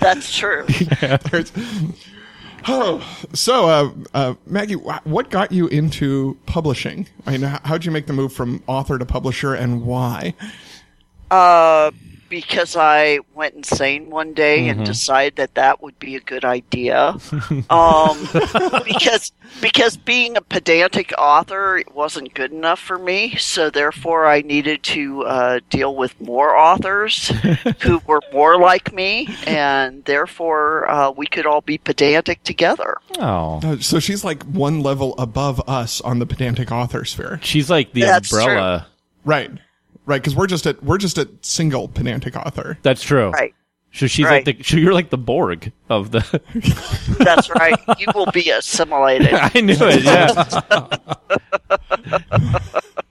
Speaker 4: That's true.
Speaker 3: There's- Oh, so uh, uh, Maggie, wh- what got you into publishing? I mean, h- how'd you make the move from author to publisher, and why?
Speaker 4: Uh, because I went insane one day and decided that that would be a good idea. um, because because being a pedantic author it wasn't good enough for me, so therefore I needed to uh, deal with more authors who were more like me, and therefore uh, we could all be pedantic together.
Speaker 2: Oh,
Speaker 3: Uh, so she's like one level above us on the pedantic author sphere,
Speaker 2: she's like the
Speaker 4: That's
Speaker 2: umbrella.
Speaker 3: right? Right, because we're just at we're just at single pedantic author.
Speaker 2: That's true.
Speaker 4: Right.
Speaker 2: So she's
Speaker 4: Right.
Speaker 2: like the. So you're like the Borg of the.
Speaker 4: That's right. You will be assimilated.
Speaker 2: I knew it. Yeah.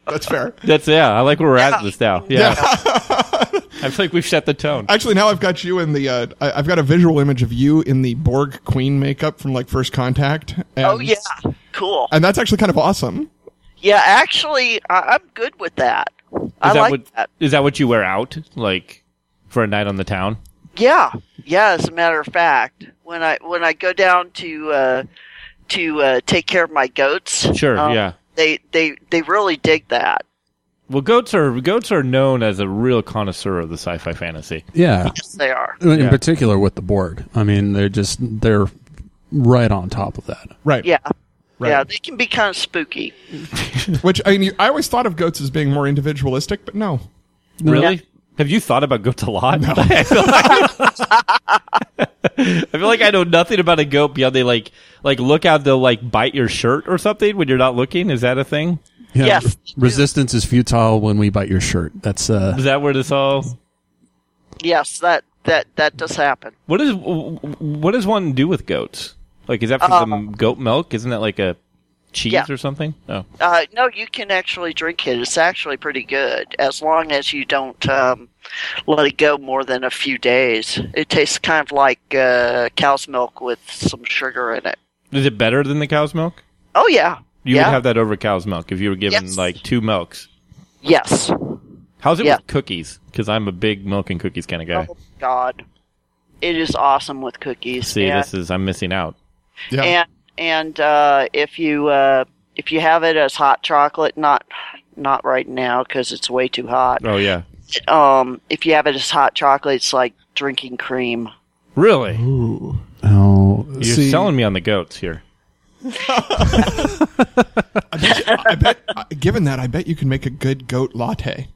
Speaker 3: That's fair.
Speaker 2: That's yeah. I like where we're at this now. Yeah. I feel like we've set the tone.
Speaker 3: Actually, now I've got you in the. Uh, I- I've got a visual image of you in the Borg Queen makeup from like First Contact. And,
Speaker 4: Oh yeah, cool.
Speaker 3: and that's actually kind of awesome.
Speaker 4: Yeah, actually, I- I'm good with that. I
Speaker 2: that
Speaker 4: like
Speaker 2: what,
Speaker 4: that.
Speaker 2: Is that what you wear out like for a night on the town?
Speaker 4: Yeah, yeah. As a matter of fact, when I when I go down to uh, to uh, take care of my goats,
Speaker 2: Sure,
Speaker 4: um,
Speaker 2: yeah.
Speaker 4: they they they really dig that.
Speaker 2: Well, goats are goats are known as a real connoisseur of the sci-fi fantasy.
Speaker 1: yeah,
Speaker 4: Yes, they are.
Speaker 1: in
Speaker 2: Yeah.
Speaker 1: particular with the Borg. I mean, they're just they're right on top of that.
Speaker 3: Right.
Speaker 4: Yeah,
Speaker 3: Right.
Speaker 4: yeah. They can be kind of spooky.
Speaker 3: Which I mean, you, I always thought of goats as being more individualistic, but no.
Speaker 2: Really? Have you thought about goats a lot? I, feel like- I feel like I know nothing about a goat beyond they like like look out they'll like bite your shirt or something when you're not looking. Is that a thing?
Speaker 1: Yeah,
Speaker 4: Yes.
Speaker 1: re- resistance is futile when we bite your shirt. That's uh,
Speaker 2: Is that where this all?
Speaker 4: Yes, that that that does happen.
Speaker 2: What is what does one do with goats? Like is that from some goat milk? Isn't that like a cheese
Speaker 4: Um, Yeah.
Speaker 2: or something? Oh,
Speaker 4: Uh, no, you can actually drink it. It's actually pretty good as long as you don't um, let it go more than a few days. It tastes kind of like uh, cow's milk with some sugar in it.
Speaker 2: is it better than the cow's milk?
Speaker 4: Oh yeah,
Speaker 2: You
Speaker 4: yeah.
Speaker 2: would have that over cow's milk if you were given
Speaker 4: Yes.
Speaker 2: like two milks.
Speaker 4: yes.
Speaker 2: How's it
Speaker 4: Yeah.
Speaker 2: with cookies? Because I'm a big milk and cookies kind of guy.
Speaker 4: Oh God, it is awesome with cookies.
Speaker 2: See,
Speaker 4: and,
Speaker 2: this is I'm missing out.
Speaker 3: Yeah.
Speaker 4: and and uh, if you uh, if you have it as hot chocolate, not not right now because it's way too hot.
Speaker 2: Oh yeah,
Speaker 4: Um, if you have it as hot chocolate, it's like drinking cream.
Speaker 2: really?
Speaker 1: oh,
Speaker 2: You're
Speaker 1: see,
Speaker 2: selling me on the goats here.
Speaker 3: I bet, I bet uh, given that, I bet you can make a good goat latte.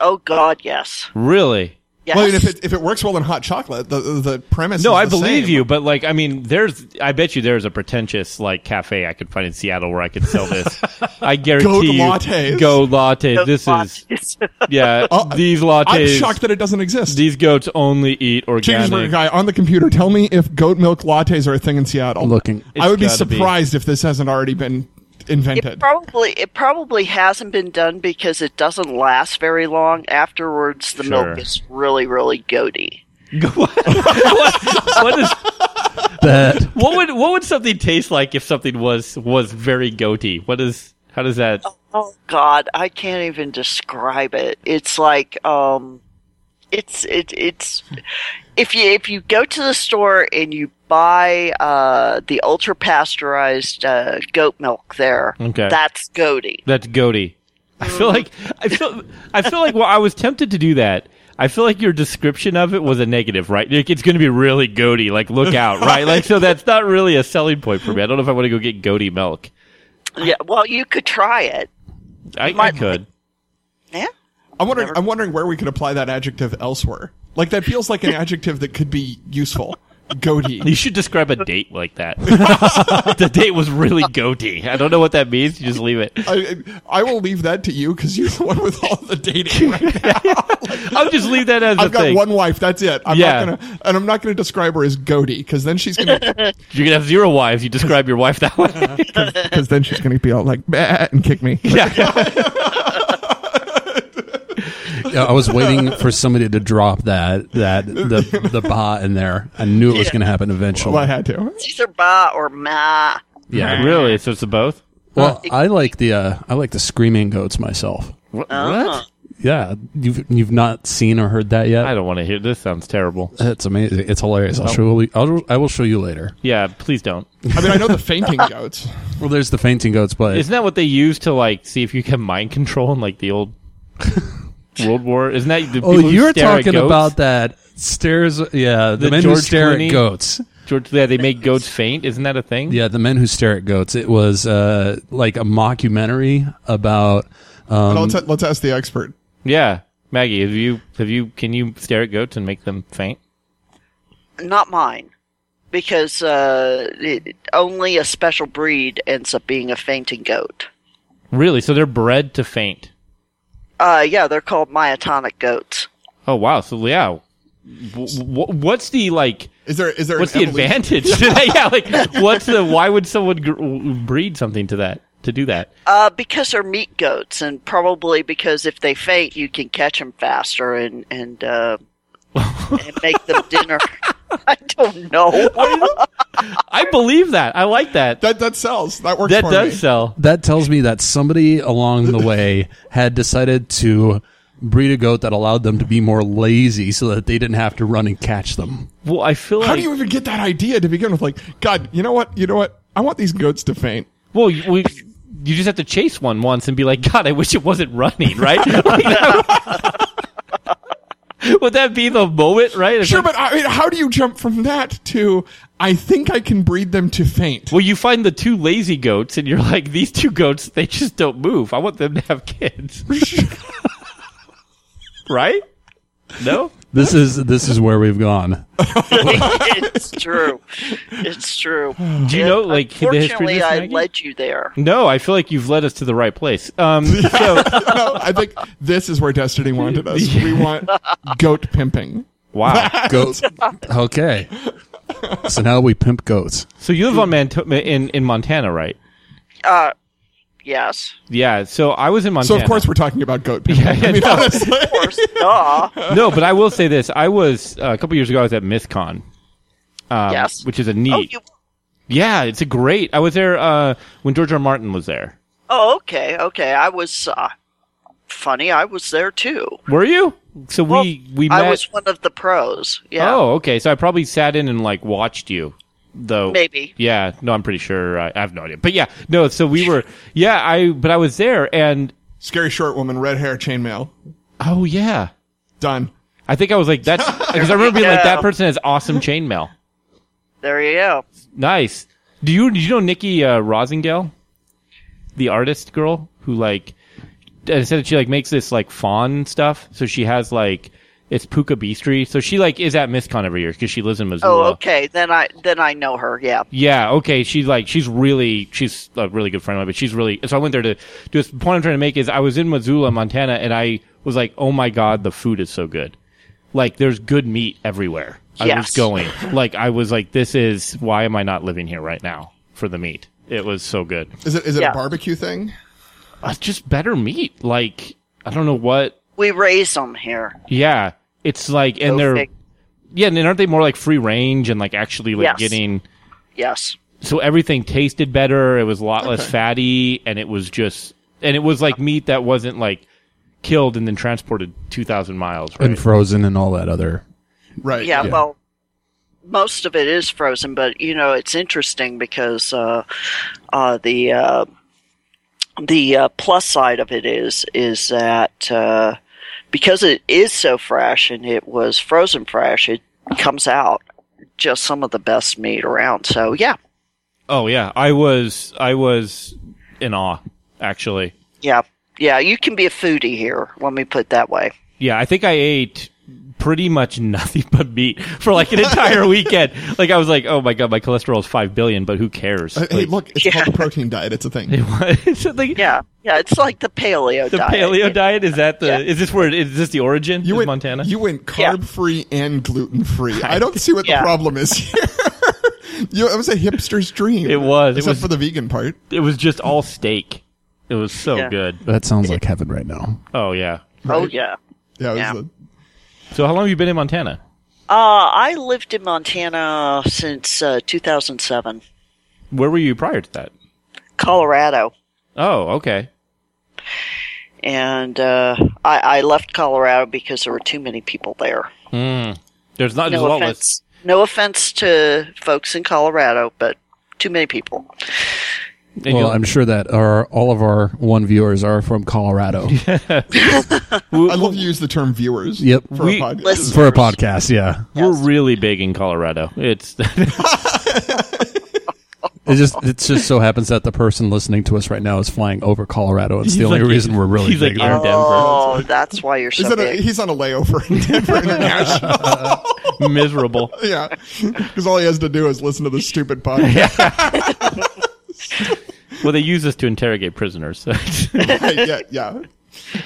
Speaker 4: Oh God, yes,
Speaker 2: Really?
Speaker 4: yes.
Speaker 3: Well, I mean, if it if it works well in hot chocolate, the the premise.
Speaker 2: No,
Speaker 3: is
Speaker 2: I
Speaker 3: the
Speaker 2: believe
Speaker 3: same.
Speaker 2: you, but like, I mean, there's, I bet you there's a pretentious like cafe I could find in Seattle where I could sell this. I guarantee
Speaker 3: Goat
Speaker 2: you,
Speaker 3: lattes.
Speaker 2: Goat lattes. this is,
Speaker 4: is
Speaker 2: yeah,
Speaker 3: Oh,
Speaker 2: these
Speaker 3: I'm
Speaker 2: lattes.
Speaker 3: shocked that it doesn't exist.
Speaker 2: These goats only eat
Speaker 3: Cheeseburger
Speaker 2: organic.
Speaker 3: guy on the computer, tell me if goat milk lattes are a thing in Seattle.
Speaker 1: Looking.
Speaker 3: I would be
Speaker 2: gotta be.
Speaker 3: surprised if this hasn't already been
Speaker 4: it
Speaker 3: invented.
Speaker 4: probably it probably hasn't been done because it doesn't last very long. Afterwards, the
Speaker 2: Sure.
Speaker 4: milk is really really goaty.
Speaker 2: what, is,
Speaker 1: that
Speaker 2: what would what would something taste like if something was was very goaty? What is how does that?
Speaker 4: Oh God, I can't even describe it. It's like um, it's it it's if you if you go to the store and you buy uh the ultra pasteurized uh, goat milk there,
Speaker 2: Okay.
Speaker 4: that's goaty.
Speaker 2: That's goaty. I feel like I feel I feel like well, I was tempted to do that. I feel like your description of it was a negative, right? Like, it's going to be really goaty. Like, look out, right? Like, so that's not really a selling point for me. I don't know if I want to go get goaty milk.
Speaker 4: Yeah, well, you could try it.
Speaker 2: I, I
Speaker 4: Might-
Speaker 2: could.
Speaker 4: Yeah,
Speaker 3: I'm wondering. I'm wondering where we could apply that adjective elsewhere. Like that feels like an adjective that could be useful. Goatee.
Speaker 2: You should describe a date like that. the date was really goaty. I don't know what that means. You just leave it.
Speaker 3: I, I will leave that to you because you're the one with all the dating. Right now.
Speaker 2: I'll just leave that as a
Speaker 3: I've got
Speaker 2: thing.
Speaker 3: one wife. That's it. I'm
Speaker 2: Yeah.
Speaker 3: not gonna, and I'm not gonna describe her as goaty because then she's gonna,
Speaker 2: You're gonna have zero wives. You describe your wife that way.
Speaker 3: because then she's gonna be all like, "Bah," and kick me.
Speaker 2: yeah.
Speaker 1: Yeah, I was waiting for somebody to drop that that the the ba in there. I knew it was going to happen eventually.
Speaker 3: Well, I had to.
Speaker 4: It's either ba or ma.
Speaker 1: yeah.
Speaker 2: Really? So it's the both?
Speaker 1: Well, I like the uh, I like the screaming goats myself.
Speaker 2: What?
Speaker 4: Uh-huh.
Speaker 1: Yeah, you've you've not seen or heard that
Speaker 2: I
Speaker 1: yet.
Speaker 2: don't want to hear. This sounds terrible.
Speaker 1: It's amazing. It's hilarious. I'll show you, I'll, I will show you later.
Speaker 2: Yeah, please don't.
Speaker 3: I mean, I know the fainting goats.
Speaker 1: Well, there's the fainting goats, but
Speaker 2: Isn't that what they use to like see if you can mind control in like the old World War? Isn't that the
Speaker 1: oh,
Speaker 2: people who
Speaker 1: you're
Speaker 2: stare at
Speaker 1: talking
Speaker 2: goats?
Speaker 1: about that stairs. Yeah, the,
Speaker 2: The
Speaker 1: men who
Speaker 2: George
Speaker 1: stare
Speaker 2: Clooney?
Speaker 1: at goats.
Speaker 2: George? Yeah, they make goats faint. Isn't that a thing?
Speaker 1: Yeah, the men who stare at goats. It was uh, like a mockumentary about.
Speaker 3: But
Speaker 1: Um,
Speaker 3: let's, let's ask the expert.
Speaker 2: Yeah. Maggie, have you have you can you stare at goats and make them faint?
Speaker 4: Not mine. Because uh, it, only a special breed ends up being a fainting goat.
Speaker 2: Really? So they're bred to faint.
Speaker 4: Uh, yeah, they're called myotonic goats.
Speaker 2: Oh wow. So yeah. W- w- what's the like?
Speaker 3: Is there is there
Speaker 2: What's
Speaker 3: an
Speaker 2: the
Speaker 3: evolution-
Speaker 2: advantage to that? Yeah, like what's the? Why would someone gr- breed something to that to do that?
Speaker 4: Uh, because they're meat goats, and probably because if they faint, you can catch them faster and and, uh, and make them dinner. I don't know.
Speaker 2: I believe that. I like that. That,
Speaker 3: That that sells. That works. for
Speaker 2: does
Speaker 3: me.
Speaker 2: sell.
Speaker 1: that tells me that somebody along the way had decided to breed a goat that allowed them to be more lazy so that they didn't have to run and catch them.
Speaker 2: Well, I feel
Speaker 3: How
Speaker 2: like
Speaker 3: do you even get that idea to begin with? Like, God, you know what? You know what? I want these goats to faint.
Speaker 2: Well, you, we, you just have to chase one once and be like, God, I wish it wasn't running, right? Like, that would- would that be the moment, right? It's
Speaker 3: Sure,
Speaker 2: like-
Speaker 3: but I mean, how do you jump from that to I think I can breed them to faint?
Speaker 2: well, you find the two lazy goats, and you're like, these two goats, they just don't move. I want them to have kids, right? No,
Speaker 1: This is this is where we've gone.
Speaker 4: it's true. It's true. Do
Speaker 2: you know, like, the history of
Speaker 4: Unfortunately,
Speaker 2: this,
Speaker 4: I
Speaker 2: Maggie?
Speaker 4: led you there.
Speaker 2: no. I feel like you've led us to the right place. Um, so,
Speaker 3: no, I think this is where Destiny wanted us. We want goat pimping.
Speaker 2: wow.
Speaker 1: Goats. Okay. So now we pimp goats.
Speaker 2: So you live on Manto- in in Montana, right?
Speaker 4: Uh, yes,
Speaker 2: Yeah. So I was in
Speaker 3: So
Speaker 2: Montana.
Speaker 3: of course we're talking about goat pimping.
Speaker 2: yeah,
Speaker 3: I mean,
Speaker 2: no.
Speaker 3: honestly.
Speaker 4: of course. Duh.
Speaker 2: no, but I will say this. I was uh, a couple years ago. I was at MythCon. Um,
Speaker 4: Yes.
Speaker 2: Which is a neat.
Speaker 4: Oh, you.
Speaker 2: yeah, it's a great. I was there uh, when George R. Martin was there.
Speaker 4: Oh, okay, okay. I was uh, funny. I was there too.
Speaker 2: Were you? So
Speaker 4: Well,
Speaker 2: we we met.
Speaker 4: I was one of the pros. Yeah.
Speaker 2: Oh, okay. So I probably sat in and like watched you, though.
Speaker 4: Maybe.
Speaker 2: Yeah. No, I'm pretty sure. uh, I, I have no idea. But yeah, no. So we were. Yeah, I. But I was there, and
Speaker 3: Scary short woman, red hair, chainmail.
Speaker 2: oh yeah,
Speaker 3: Done.
Speaker 2: I think I was like that's because I remember being like
Speaker 4: Yeah.
Speaker 2: that person has awesome chainmail.
Speaker 4: There you go.
Speaker 2: Nice. Do you do you know Nikki uh, Rosengale, the artist girl who like instead that she like makes this like fawn stuff. So she has like it's Puka Beastry. So she like is at MythCon every year because she lives in
Speaker 4: Oh,
Speaker 2: Missoula.
Speaker 4: okay. Then I then I know her. Yeah.
Speaker 2: Yeah, okay. She's like she's really she's a really good friend of mine, but she's really so I went there to do this the point I'm trying to make is I was in Missoula, Montana, and I was like, Oh my god, the food is so good. Like there's good meat everywhere. I was
Speaker 4: Yes.
Speaker 2: going. Like I was like, This is why am I not living here right now for the meat? It was so good.
Speaker 3: Is it is it
Speaker 4: Yeah.
Speaker 3: a barbecue thing?
Speaker 2: It's just better meat. Like I don't know what
Speaker 4: We raise them here.
Speaker 2: yeah. It's like and
Speaker 4: Go
Speaker 2: they're
Speaker 4: fig-
Speaker 2: yeah, and then aren't they more like free range and like actually like
Speaker 4: Yes.
Speaker 2: getting
Speaker 4: Yes.
Speaker 2: so everything tasted better. It was a lot less fatty, and it was just and it was like meat that wasn't like killed and then transported two thousand miles. Right?
Speaker 1: And frozen and all that other
Speaker 3: Right.
Speaker 4: Yeah, Well, most of it is frozen, but you know it's interesting because uh, uh, the uh, the uh, plus side of it is is that uh, because it is so fresh and it was frozen fresh, it comes out just some of the best meat around. So yeah,
Speaker 2: oh yeah, I was I was in awe actually.
Speaker 4: yeah, yeah. You can be a foodie here. Let me put it that way.
Speaker 2: Yeah, I think I ate pretty much nothing but meat for like an entire weekend. Like I was like, oh my god, my cholesterol is five billion, but who cares?
Speaker 3: Uh, Hey,
Speaker 2: Like,
Speaker 3: look, it's called the protein diet. It's a thing.
Speaker 2: it's like-
Speaker 4: Yeah, yeah. It's like the paleo
Speaker 2: The
Speaker 4: diet.
Speaker 2: paleo diet is that the
Speaker 4: Yeah.
Speaker 2: is this where it- is this the origin? is
Speaker 3: went
Speaker 2: Montana.
Speaker 3: You went
Speaker 4: Yeah.
Speaker 3: carb free and gluten free. I don't see what
Speaker 4: Yeah.
Speaker 3: the problem is here. you, it was a hipster's dream.
Speaker 2: It was. It
Speaker 3: except
Speaker 2: was-
Speaker 3: for the vegan part.
Speaker 2: it was just all steak. It was so
Speaker 4: Yeah.
Speaker 2: good.
Speaker 1: That sounds like heaven right now.
Speaker 2: Oh yeah.
Speaker 4: Oh yeah.
Speaker 3: Yeah, it was
Speaker 4: Yeah.
Speaker 3: the-
Speaker 2: So how long have you been in Montana?
Speaker 4: Uh, I lived in Montana since uh, 2007,
Speaker 2: Where were you prior to that?
Speaker 4: Colorado,
Speaker 2: Oh, okay.
Speaker 4: and uh, I, I left Colorado because there were too many people there.
Speaker 2: There's not there's a
Speaker 4: No
Speaker 2: lot
Speaker 4: offense, no offense to folks in Colorado, but too many people.
Speaker 2: less. and
Speaker 1: well,
Speaker 2: you-
Speaker 1: I'm sure that our all of our one viewers are from Colorado.
Speaker 3: I love to use the term viewers.
Speaker 1: Yep.
Speaker 3: For
Speaker 2: We-
Speaker 3: a podcast.
Speaker 4: Listen.
Speaker 1: For a podcast, yeah.
Speaker 2: we're really big in Colorado. It's
Speaker 1: It just it just so happens that the person listening to us right now is flying over Colorado. It's the
Speaker 2: He's
Speaker 1: only
Speaker 2: like-
Speaker 1: reason we're really
Speaker 2: he's like,
Speaker 1: big there.
Speaker 2: Denver.
Speaker 4: Oh, that's why you're
Speaker 3: Is
Speaker 4: so
Speaker 3: that a,
Speaker 4: big.
Speaker 3: he's on a layover in Denver International.
Speaker 2: miserable.
Speaker 3: yeah. Because all he has to do is listen to this stupid podcast.
Speaker 2: Well, they use this to interrogate prisoners. so-
Speaker 3: Right, yeah, yeah.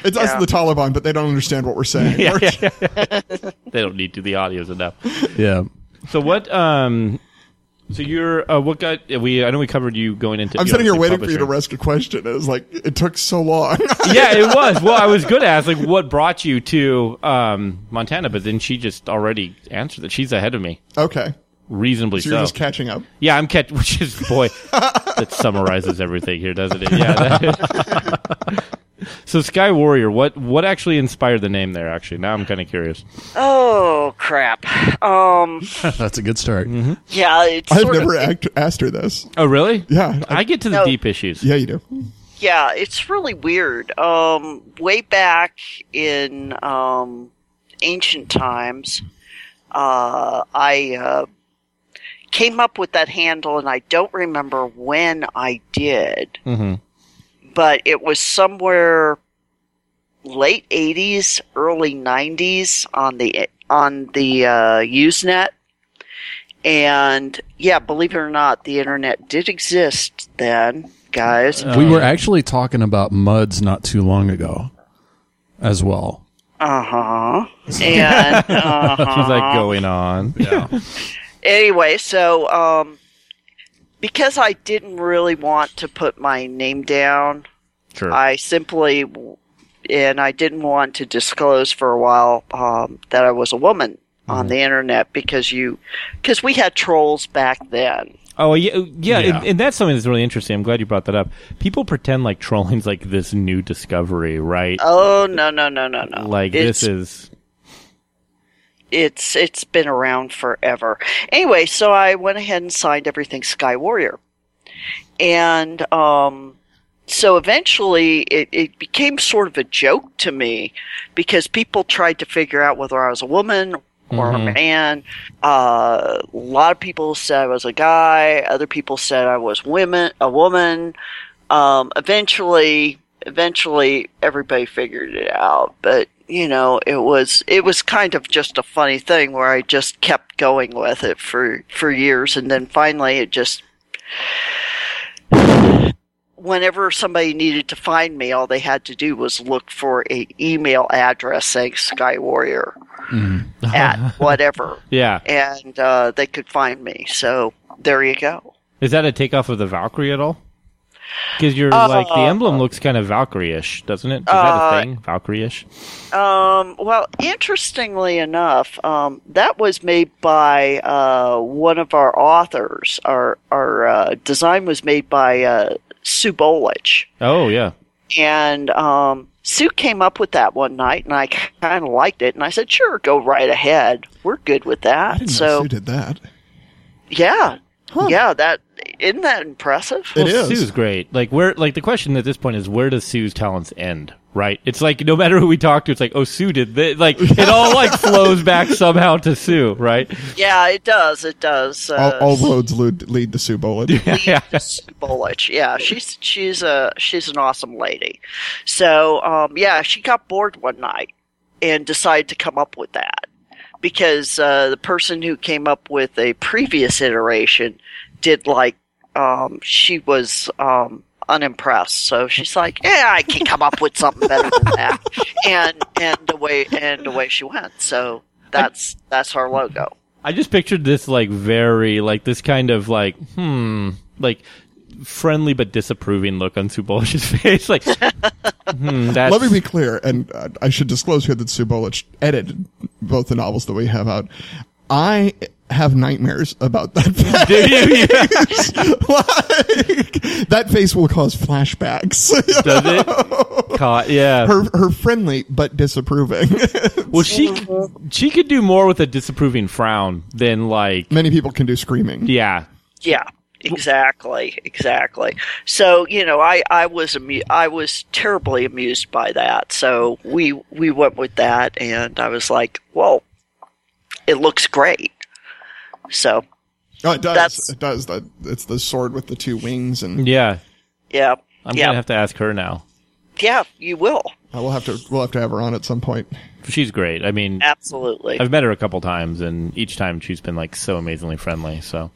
Speaker 3: It's us
Speaker 4: Yeah.
Speaker 3: and the Taliban, but they don't understand what we're saying.
Speaker 2: Yeah,
Speaker 3: We're-
Speaker 2: yeah, yeah. they don't need to. The audio's enough.
Speaker 1: Yeah.
Speaker 2: So what? Um, so you're uh, what got we? I know we covered you going into.
Speaker 3: I'm
Speaker 2: you
Speaker 3: sitting
Speaker 2: know,
Speaker 3: here waiting for you
Speaker 2: publishing.
Speaker 3: to ask a question. It was like it took so long.
Speaker 2: yeah, it was. Well, I was good at like what brought you to um, Montana, but then she just already answered that. She's ahead of me,
Speaker 3: okay,
Speaker 2: reasonably
Speaker 3: so
Speaker 2: so.
Speaker 3: you're just catching up.
Speaker 2: yeah, I'm catch. Which is boy, that summarizes everything here, doesn't it? Yeah. that- so Sky Warrior, what what actually inspired the name there? Actually, now I'm kind of curious.
Speaker 4: Oh crap. Um,
Speaker 1: That's a good start.
Speaker 2: Mm-hmm.
Speaker 4: yeah, it's
Speaker 3: I've
Speaker 4: sort
Speaker 3: never
Speaker 4: of,
Speaker 3: act- asked her this.
Speaker 2: Oh, really?
Speaker 3: Yeah, I-
Speaker 2: I get to the
Speaker 4: No.
Speaker 2: deep issues.
Speaker 3: yeah, you do.
Speaker 4: yeah, it's really weird. Um, way back in um, ancient times, uh, I uh, came up with that handle, and I don't remember when I did, but it was somewhere late '80s, early '90s on the on the uh, Usenet. And yeah, believe it or not, the internet did exist then, guys.
Speaker 1: We
Speaker 2: Oh,
Speaker 1: were actually talking about muds not too long ago as well.
Speaker 4: Uh-huh. And uh-huh.
Speaker 2: She's like going on.
Speaker 4: anyway, so um because I didn't really want to put my name down,
Speaker 2: Sure.
Speaker 4: I simply and I didn't want to disclose for a while um, that I was a woman on
Speaker 2: Mm-hmm.
Speaker 4: the internet because you because we had trolls back then.
Speaker 2: Oh yeah, uh, yeah,
Speaker 1: Yeah.
Speaker 2: And, and that's something that's really interesting. I'm glad you brought that up. People pretend like trolling's like this new discovery, right?
Speaker 4: Oh no no no no no!
Speaker 2: like
Speaker 4: it's,
Speaker 2: this is
Speaker 4: it's it's been around forever. Anyway, so I went ahead and signed everything Sky Warrior, and um, so eventually it, it became sort of a joke to me because people tried to figure out whether I was a woman or a man. Uh, a lot of people said I was a guy. Other people said I was women a woman. Um, eventually, eventually everybody figured it out, but you know it was it was kind of just a funny thing where I just kept going with it for for years, and then finally it just whenever somebody needed to find me, all they had to do was look for a email address saying Sky Warrior at whatever,
Speaker 2: yeah.
Speaker 4: and uh, they could find me. So there you go.
Speaker 2: Is that a takeoff of the Valkyrie at all? Because you're
Speaker 4: Uh,
Speaker 2: like the emblem looks kind of Valkyrie-ish, doesn't it? Is that a thing? Valkyrie-ish.
Speaker 4: Um, well, interestingly enough, um, that was made by uh, one of our authors. Our our uh, design was made by uh, Sue Bolich.
Speaker 2: Oh yeah.
Speaker 4: And um, Sue came up with that one night, and I kind of liked it. And I said, "Sure, go right ahead. We're good with that."
Speaker 3: I didn't
Speaker 4: so,
Speaker 3: know Sue did that.
Speaker 4: yeah, yeah, that isn't that impressive?
Speaker 3: It
Speaker 2: well,
Speaker 3: is.
Speaker 2: Sue's great. Like where like the question at this point is where does Sue's talents end? Right? It's like no matter who we talk to, it's like, oh Sue did this like it all like flows back somehow to Sue, right?
Speaker 4: Yeah, it does. It does.
Speaker 3: All,
Speaker 4: Uh,
Speaker 3: all roads lead, lead to Sue Bullitt.
Speaker 2: yeah.
Speaker 4: Sue Bullich. Yeah, she's she's a she's an awesome lady. So um, yeah, she got bored one night and decided to come up with that because uh, the person who came up with a previous iteration did like um, she was um, unimpressed. So she's like, yeah, I can come up with something better than that, and and away and away she went. So that's that's her logo.
Speaker 2: I just pictured this like very like this kind of like hmm like friendly but disapproving look on Subolish's face. Like, hmm, that's,
Speaker 3: Let me be clear, and uh, I should disclose here that Subolich edited both the novels that we have out. I have nightmares about that face.
Speaker 2: Do you- yeah,
Speaker 3: like, that face will cause flashbacks.
Speaker 2: does it? Caught, yeah.
Speaker 3: her, her friendly but disapproving.
Speaker 2: well, she she could do more with a disapproving frown than like,
Speaker 3: Many people can do screaming.
Speaker 2: yeah,
Speaker 4: Yeah, exactly, exactly. So you know, I I was amu- I was terribly amused by that. So we we went with that, and I was like, well, it looks great. So
Speaker 3: Oh, it does.
Speaker 4: That's-
Speaker 3: it does. That it's the sword with the two wings, and
Speaker 2: yeah.
Speaker 4: yeah,
Speaker 2: I'm
Speaker 4: yeah,
Speaker 2: gonna have to ask her now.
Speaker 4: yeah. You will
Speaker 3: I will have to. We'll have to have her on at some point.
Speaker 2: She's great. I mean,
Speaker 4: absolutely.
Speaker 2: I've met her a couple times, and each time she's been like so amazingly friendly. So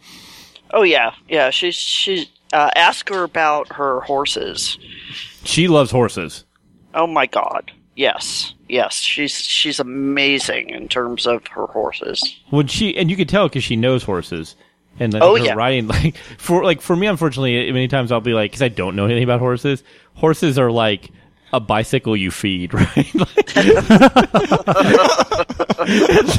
Speaker 4: oh yeah, yeah. She's she's. Uh, ask her about her horses.
Speaker 2: she loves horses.
Speaker 4: Oh my god. Yes. Yes. She's she's amazing in terms of her horses.
Speaker 2: When she and you could tell because she knows horses and like,
Speaker 4: Oh,
Speaker 2: her
Speaker 4: yeah.
Speaker 2: riding like for like for me unfortunately many times I'll be like because I don't know anything about horses. Horses are like a bicycle you feed, right? like,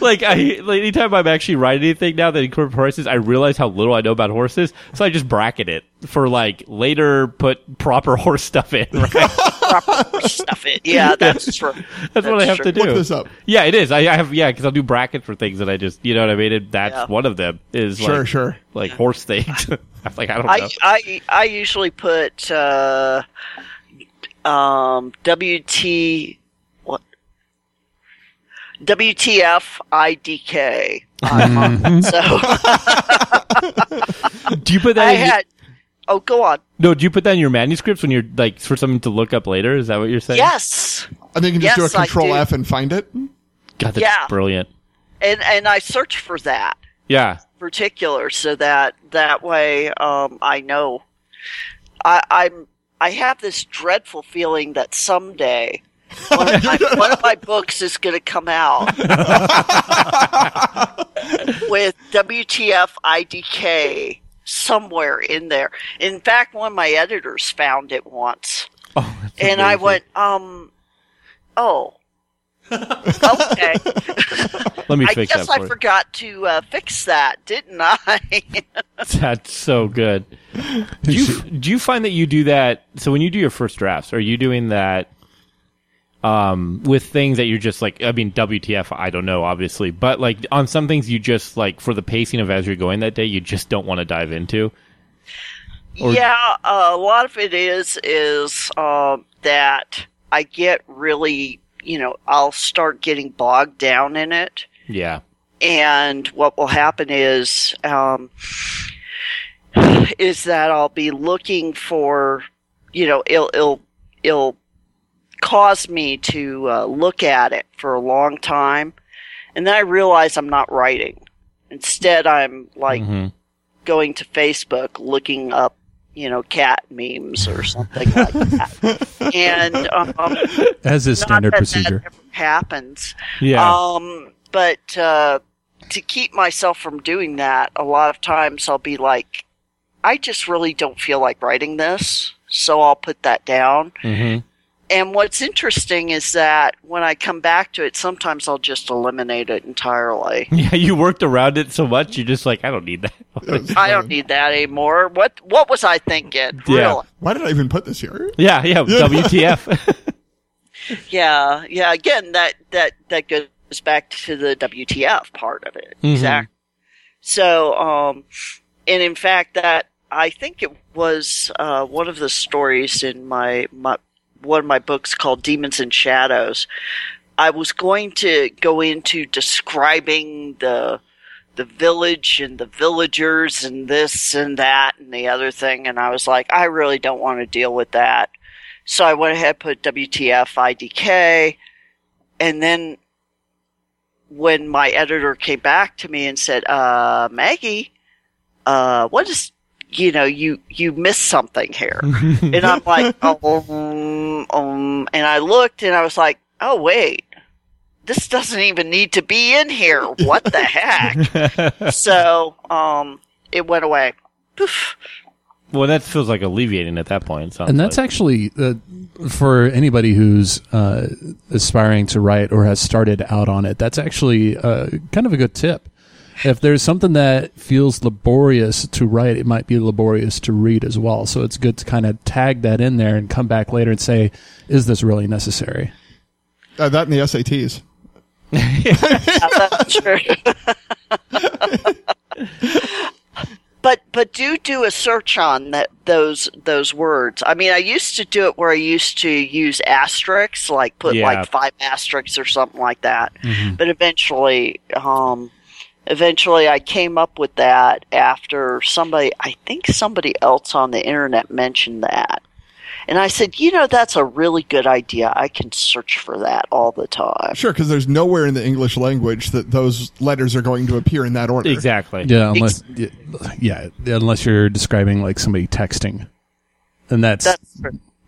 Speaker 2: like, I like anytime I'm actually riding anything now that incorporates horses, I realize how little I know about horses, so I just bracket it for like later put proper horse stuff in. Right?
Speaker 4: Stuff it. Yeah, that's true.
Speaker 2: That's what I have
Speaker 4: true.
Speaker 2: to do.
Speaker 3: Look this up.
Speaker 2: Yeah, it is. I, I have yeah, because I'll do brackets for things that I just you know what I mean. And that's
Speaker 4: Yeah.
Speaker 2: one of them is
Speaker 3: Sure,
Speaker 2: like,
Speaker 3: sure.
Speaker 2: like horse things. I'm like I don't know.
Speaker 4: I, I I usually put uh, um, WT what WTF IDK. Um, so
Speaker 2: do you put that?
Speaker 4: I
Speaker 2: in your-
Speaker 4: had oh go on
Speaker 2: no, do you put that in your manuscripts when you're like for something to look up later? Is that what you're saying?
Speaker 4: yes
Speaker 3: I think you can just
Speaker 4: Yes,
Speaker 3: do a
Speaker 4: I
Speaker 3: control
Speaker 4: do.
Speaker 3: F and find it.
Speaker 2: God, that's
Speaker 4: Yeah.
Speaker 2: brilliant.
Speaker 4: and and I search for that
Speaker 2: Yeah,
Speaker 4: particular so that that way um, I know I, I'm I have this dreadful feeling that someday one of my, one of my books is going to come out with WTF IDK somewhere in there. In fact, one of my editors found it once,
Speaker 2: oh, that's
Speaker 4: and I
Speaker 2: amazing.
Speaker 4: went, um, oh. okay.
Speaker 2: Let me
Speaker 4: I
Speaker 2: fix that
Speaker 4: guess
Speaker 2: for
Speaker 4: I
Speaker 2: you.
Speaker 4: forgot to uh, fix that, didn't I?
Speaker 2: That's so good. Do you do you find that you do that? So when you do your first drafts, are you doing that um, with things that you're just like? I mean, WTF? I don't know, obviously, but like on some things, you just like for the pacing of as you're going that day, you just don't want to dive into. Or-
Speaker 4: yeah, uh, a lot of it is is um that I get really, you know, I'll start getting bogged down in it,
Speaker 2: Yeah,
Speaker 4: and what will happen is um, is that I'll be looking for, you know, it'll it'll, it'll cause me to uh, look at it for a long time, and then I realize I'm not writing. Instead, I'm like
Speaker 1: Mm-hmm.
Speaker 2: Mhm.
Speaker 4: going to Facebook looking up, you know, cat memes or something like that. And um, not
Speaker 1: as is standard
Speaker 4: that
Speaker 1: procedure.
Speaker 4: that ever happens.
Speaker 2: yeah.
Speaker 4: Um, but uh, to keep myself from doing that, a lot of times I'll be like, I just really don't feel like writing this, so I'll put that down.
Speaker 2: Mhm.
Speaker 4: And what's interesting is that when I come back to it, sometimes I'll just eliminate it entirely.
Speaker 2: Yeah, you worked around it so much, you're just like, I don't need that.
Speaker 4: I don't need that anymore. What what was I thinking?
Speaker 2: Yeah.
Speaker 4: Really?
Speaker 3: Why did I even put this here?
Speaker 2: yeah, yeah. WTF?
Speaker 4: Yeah, yeah. Again, that that that goes back to the WTF part of it.
Speaker 2: Mhm.
Speaker 4: Exactly. So, um, and in fact, that I think it was uh, one of the stories in my my one of my books called Demons and Shadows. I was going to go into describing the the village and the villagers and this and that and the other thing, and I was like, I really don't want to deal with that. So I went ahead and put WTF IDK. And then when my editor came back to me and said, uh, Maggie, uh, what is, you know, you, you missed something here. and I'm like, um, um, and I looked and I was like, oh, wait. This doesn't even need to be in here. What the heck? so, um, it went away. Poof.
Speaker 2: Well, that feels like alleviating at that point. sounds
Speaker 1: And that's
Speaker 2: like.
Speaker 1: actually uh, for anybody who's uh, aspiring to write or has started out on it. That's actually uh, kind of a good tip. If there's something that feels laborious to write, it might be laborious to read as well. So it's good to kind of tag that in there and come back later and say, "Is this really necessary?"
Speaker 3: Uh, that and the SATs.
Speaker 4: Sure. but but do do a search on that those those words. I mean, I used to do it where I used to use asterisks, like put
Speaker 2: Yeah.
Speaker 4: like five asterisks or something like that. But eventually, um, eventually, I came up with that after somebody. I think somebody else on the internet mentioned that. And I said, you know, that's a really good idea. I can search for that all the time.
Speaker 3: Sure, because there's nowhere in the English language that those letters are going to appear in that order.
Speaker 2: exactly.
Speaker 1: Yeah, unless yeah, yeah, unless you're describing like somebody texting, and that's that's,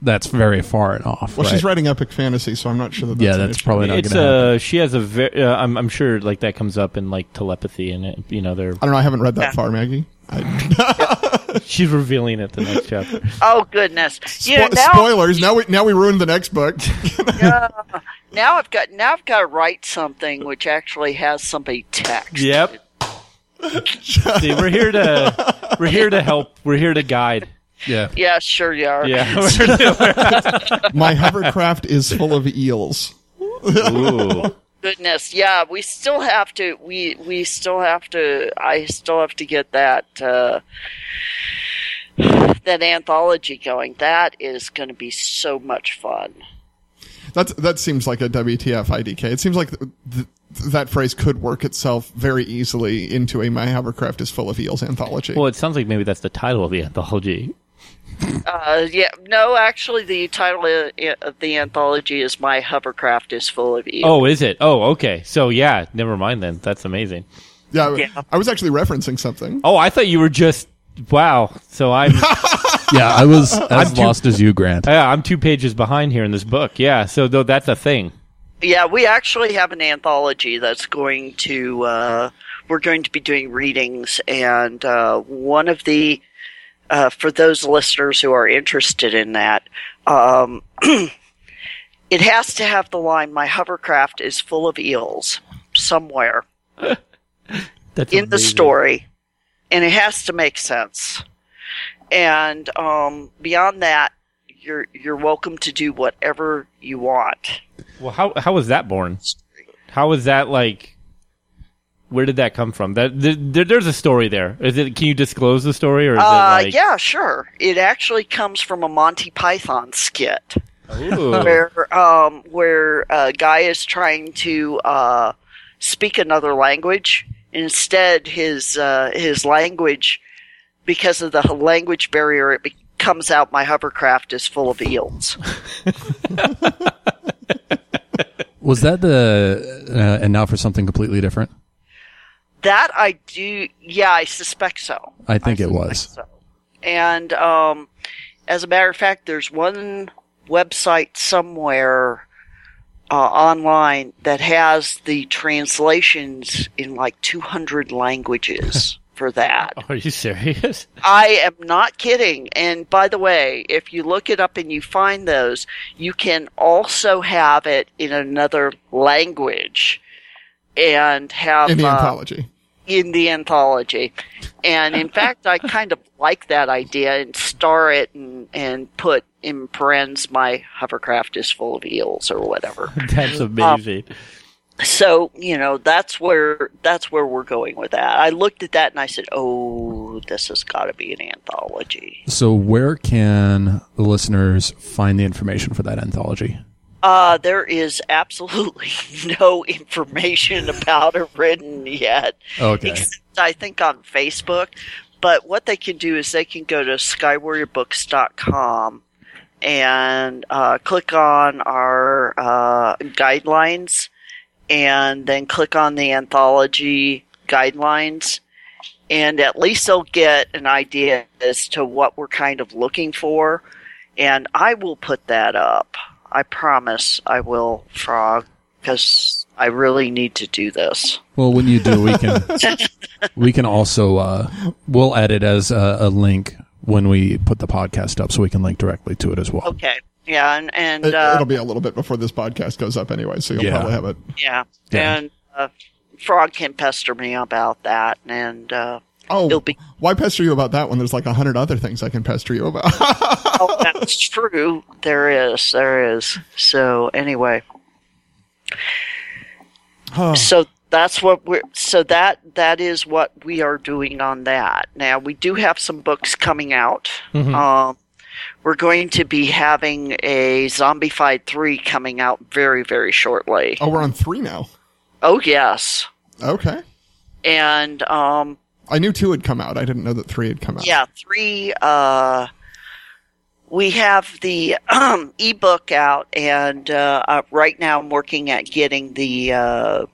Speaker 4: That's
Speaker 1: very far and off.
Speaker 3: Well,
Speaker 1: right?
Speaker 3: she's writing epic fantasy, so I'm not sure that. That's
Speaker 1: yeah,
Speaker 3: an
Speaker 1: that's
Speaker 3: issue.
Speaker 1: probably not
Speaker 2: It's
Speaker 1: going to happen.
Speaker 2: uh she has a very uh, I'm I'm sure like that comes up in like telepathy and it, you know they're
Speaker 3: I don't know. I haven't read that far, Maggie. I,
Speaker 2: she's revealing it the next chapter.
Speaker 4: Oh goodness! You know,
Speaker 3: Spo-
Speaker 4: now,
Speaker 3: spoilers. Now we now we ruined the next book.
Speaker 4: now I've got now I've got to write something which actually has somebody text.
Speaker 2: Yep. See, we're here to we're here to help. We're here to guide.
Speaker 1: yeah.
Speaker 4: Yeah, sure you are.
Speaker 2: Yeah. We're-
Speaker 3: My hovercraft is full of eels.
Speaker 2: Ooh.
Speaker 4: Goodness, yeah. We still have to. We we still have to. I still have to get that uh, that anthology going. That is going to be so much fun.
Speaker 3: That's that seems like a WTF IDK. It seems like th- th- that phrase could work itself very easily into a "My hovercraft is full of eels" anthology.
Speaker 2: Well, it sounds like maybe that's the title of the anthology.
Speaker 4: Uh, yeah. No, actually, the title of- of the anthology is "My Hovercraft is Full of Eels."
Speaker 2: Oh, is it? Oh, okay. So yeah, never mind then. That's amazing.
Speaker 3: yeah, I-
Speaker 4: yeah.
Speaker 3: I was actually referencing something.
Speaker 2: Oh, I thought you were just wow. So I'm
Speaker 1: yeah, I was as lost as you, Grant.
Speaker 2: yeah, I'm two pages behind here in this book. Yeah. So though that's a thing.
Speaker 4: Yeah, we actually have an anthology that's going to. Uh, we're going to be doing readings, and uh, one of the uh, for those listeners who are interested in that, um, it has to have the line "My hovercraft is full of eels" somewhere
Speaker 2: That's
Speaker 4: in the
Speaker 2: amazing.
Speaker 4: story, and it has to make sense. And um, beyond that, you're you're welcome to do whatever you want.
Speaker 2: Well, how how was that born? How was that like? Where did that come from? That th- there, there's a story there. Is it? Can you disclose the story or is
Speaker 4: Uh,
Speaker 2: it like?
Speaker 4: yeah, sure. It actually comes from a Monty Python skit
Speaker 2: Ooh.
Speaker 4: where um, where a guy is trying to uh, speak another language. Instead, his uh, his language, because of the language barrier, it be- comes out. My hovercraft is full of eels.
Speaker 1: Was that the uh, and now for something completely different?
Speaker 4: That I do. Yeah, I suspect so.
Speaker 1: I think it
Speaker 4: suspect
Speaker 1: was.
Speaker 4: So. And um, as a matter of fact, there's one website somewhere uh, online that has the translations in like 200 languages for that.
Speaker 2: Are you serious?
Speaker 4: I am not kidding. And by the way, if you look it up and you find those, you can also have it in another language and have
Speaker 3: in the
Speaker 4: uh,
Speaker 3: anthology.
Speaker 4: in the anthology. And in fact, I kind of like that idea and star it and, and put in parens, my hovercraft is full of eels or whatever.
Speaker 2: That's amazing.
Speaker 4: So, you know, that's where, that's where we're going with that. I looked at that and I said, oh, this has got to be an anthology.
Speaker 1: So where can the listeners find the information for that anthology?
Speaker 4: Uh, there is absolutely no information about it written yet.
Speaker 1: Okay.
Speaker 4: Except I think on Facebook. But what they can do is they can go to skywarriorbooks.com and uh, click on our uh, guidelines and then click on the anthology guidelines. And at least they'll get an idea as to what we're kind of looking for. And I will put that up. I promise I will, Frog, because I really need to do this.
Speaker 1: Well, when you do, we can we can also uh, we'll add it as a, a link when we put the podcast up so we can link directly to it as well.
Speaker 4: Okay. Yeah, and and
Speaker 3: It,
Speaker 4: uh,
Speaker 3: it'll be a little bit before this podcast goes up anyway, so you'll
Speaker 1: Yeah.
Speaker 3: probably have it.
Speaker 4: yeah,
Speaker 1: Yeah.
Speaker 4: and uh, Frog can pester me about that, and uh,
Speaker 3: Oh,
Speaker 4: It'll be-
Speaker 3: why pester you about that when there's like a hundred other things I can pester you about?
Speaker 4: oh, that's true. There is, there is. So anyway, so that's what we're. So that that is what we are doing on that. Now we do have some books coming out. Um, we're going to be having a Zombified three coming out very very shortly.
Speaker 3: oh, we're on three now.
Speaker 4: Oh yes,
Speaker 3: Okay.
Speaker 4: and um,
Speaker 3: I knew two had come out. I didn't know that three had come out.
Speaker 4: yeah three uh we have the um, ebook out and uh, uh, right now i'm working at getting the uh,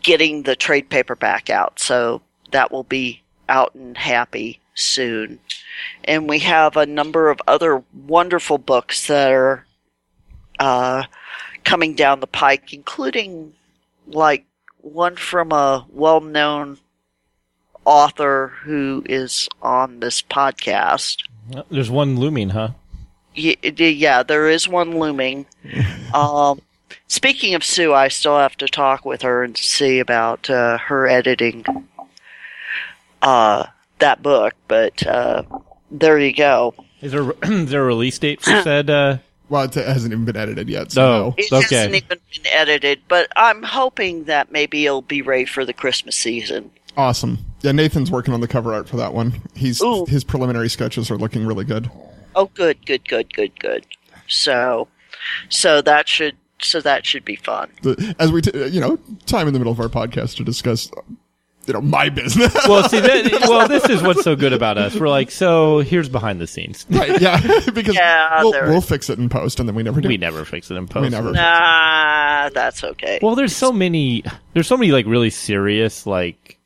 Speaker 4: getting the trade paperback out so that will be out and happy soon and we have a number of other wonderful books that are uh, coming down the pike including like one from a well-known author who is on this podcast.
Speaker 2: There's one looming, huh?
Speaker 4: Y- d- Yeah, there is one looming. um, speaking of Sue, I still have to talk with her and see about uh, her editing uh, that book, but uh, there you go.
Speaker 2: Is there is there a release date for said? Uh,
Speaker 3: Well, it hasn't even been edited yet. So
Speaker 4: It
Speaker 2: Okay.
Speaker 4: hasn't even been edited, but I'm hoping that maybe it'll be ready for the Christmas season.
Speaker 3: awesome. Yeah, Nathan's working on the cover art for that one. He's
Speaker 4: Ooh.
Speaker 3: his preliminary sketches are looking really good.
Speaker 4: Oh, good, good, good, good, good. So, so that should so that should be fun.
Speaker 3: The, as we, t- uh, you know, time in the middle of our podcast to discuss, you know, my business.
Speaker 2: well, see, that, well, this is what's so good about us. We're like, so here's behind the scenes.
Speaker 3: right? Yeah, because
Speaker 4: Yeah,
Speaker 3: we'll,
Speaker 4: there-
Speaker 3: we'll fix it in post, and then we never do.
Speaker 2: We never fix it in post.
Speaker 3: We never.
Speaker 4: Nah, Ah, that's okay.
Speaker 2: Well, there's so many. There's so many like really serious like.